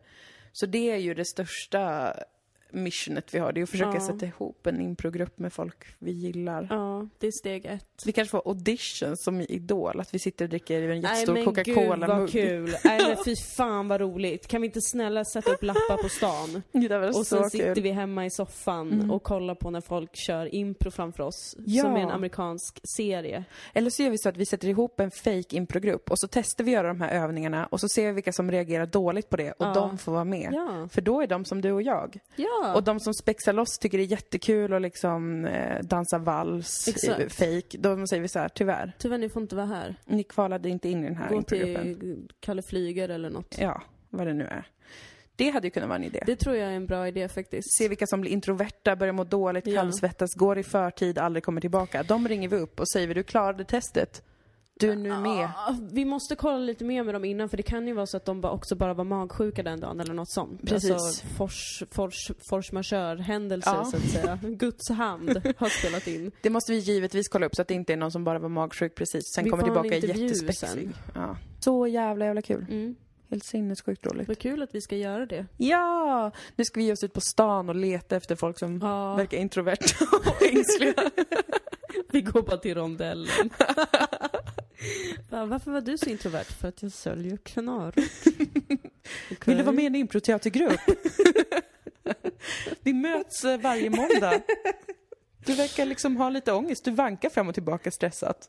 Speaker 2: Så det är ju det största missionet vi har, det är att försöka
Speaker 1: Ja.
Speaker 2: sätta ihop en improgrupp med folk vi gillar.
Speaker 1: ja, det är steg ett.
Speaker 2: Vi kanske får audition som i Idol, att vi sitter och dricker ur en
Speaker 1: Nej
Speaker 2: jättestor
Speaker 1: men gud vad
Speaker 2: Coca-Cola-mugg.
Speaker 1: kul. Nej men fy fan vad roligt. Kan vi inte snälla sätta upp lappar på stan?
Speaker 2: Det där var
Speaker 1: Och
Speaker 2: så
Speaker 1: sen
Speaker 2: kul. Mm.
Speaker 1: sitter vi hemma i soffan och kollar på när folk kör impro framför oss.
Speaker 2: Ja.
Speaker 1: Som är en amerikansk serie.
Speaker 2: Eller så gör vi så att vi sätter ihop en fake improgrupp och så testar vi göra de här övningarna och så ser vi vilka som reagerar dåligt på det och
Speaker 1: Ja.
Speaker 2: de får vara med.
Speaker 1: Ja.
Speaker 2: För då är de som du och jag.
Speaker 1: Ja.
Speaker 2: Och de som spexar loss tycker det är jättekul att liksom eh, dansa vals,
Speaker 1: Exakt.
Speaker 2: eh, fake. Då säger vi så här, tyvärr,
Speaker 1: Tyvärr ni får inte vara här.
Speaker 2: ni kvalade inte in i den här
Speaker 1: Gå
Speaker 2: improgruppen.
Speaker 1: till Kalle Flyger eller något.
Speaker 2: Ja, vad det nu är. Det hade ju kunnat vara en idé.
Speaker 1: Det tror jag är en bra idé faktiskt.
Speaker 2: Se vilka som blir introverta, börjar må dåligt,
Speaker 1: Ja.
Speaker 2: kallsvettas, går i förtid, aldrig kommer tillbaka. De ringer vi upp och säger vi, du klarade testet. Du är nu med.
Speaker 1: Ja, Vi måste kolla lite mer med dem innan för det kan ju vara så att de bara också bara var magsjuka den dagen eller något sånt.
Speaker 2: Precis.
Speaker 1: Alltså fors, fors, force majeure-händelser
Speaker 2: Ja.
Speaker 1: så att säga. Guds hand har spelat in.
Speaker 2: Det måste vi givetvis kolla upp så att det inte är någon som bara var magsjuk precis, sen
Speaker 1: Vi
Speaker 2: kommer
Speaker 1: får ha en
Speaker 2: tillbaka
Speaker 1: intervju
Speaker 2: jättespexig.
Speaker 1: sen.
Speaker 2: Ja. Så jävla jävla kul.
Speaker 1: Mm.
Speaker 2: Helt sinnessjukt roligt.
Speaker 1: Vad kul att vi ska göra det.
Speaker 2: Ja! Nu ska vi ge oss ut på stan och leta efter folk som
Speaker 1: Ja.
Speaker 2: verkar introverta och ängsliga.
Speaker 1: Vi går bara till rondellen. Va, varför var du så introvert? För att jag säljer knorr.
Speaker 2: Vill du vara med i en improteatergrupp? vi möts eh, varje måndag. Du verkar liksom ha lite ångest, du vankar fram och tillbaka stressat.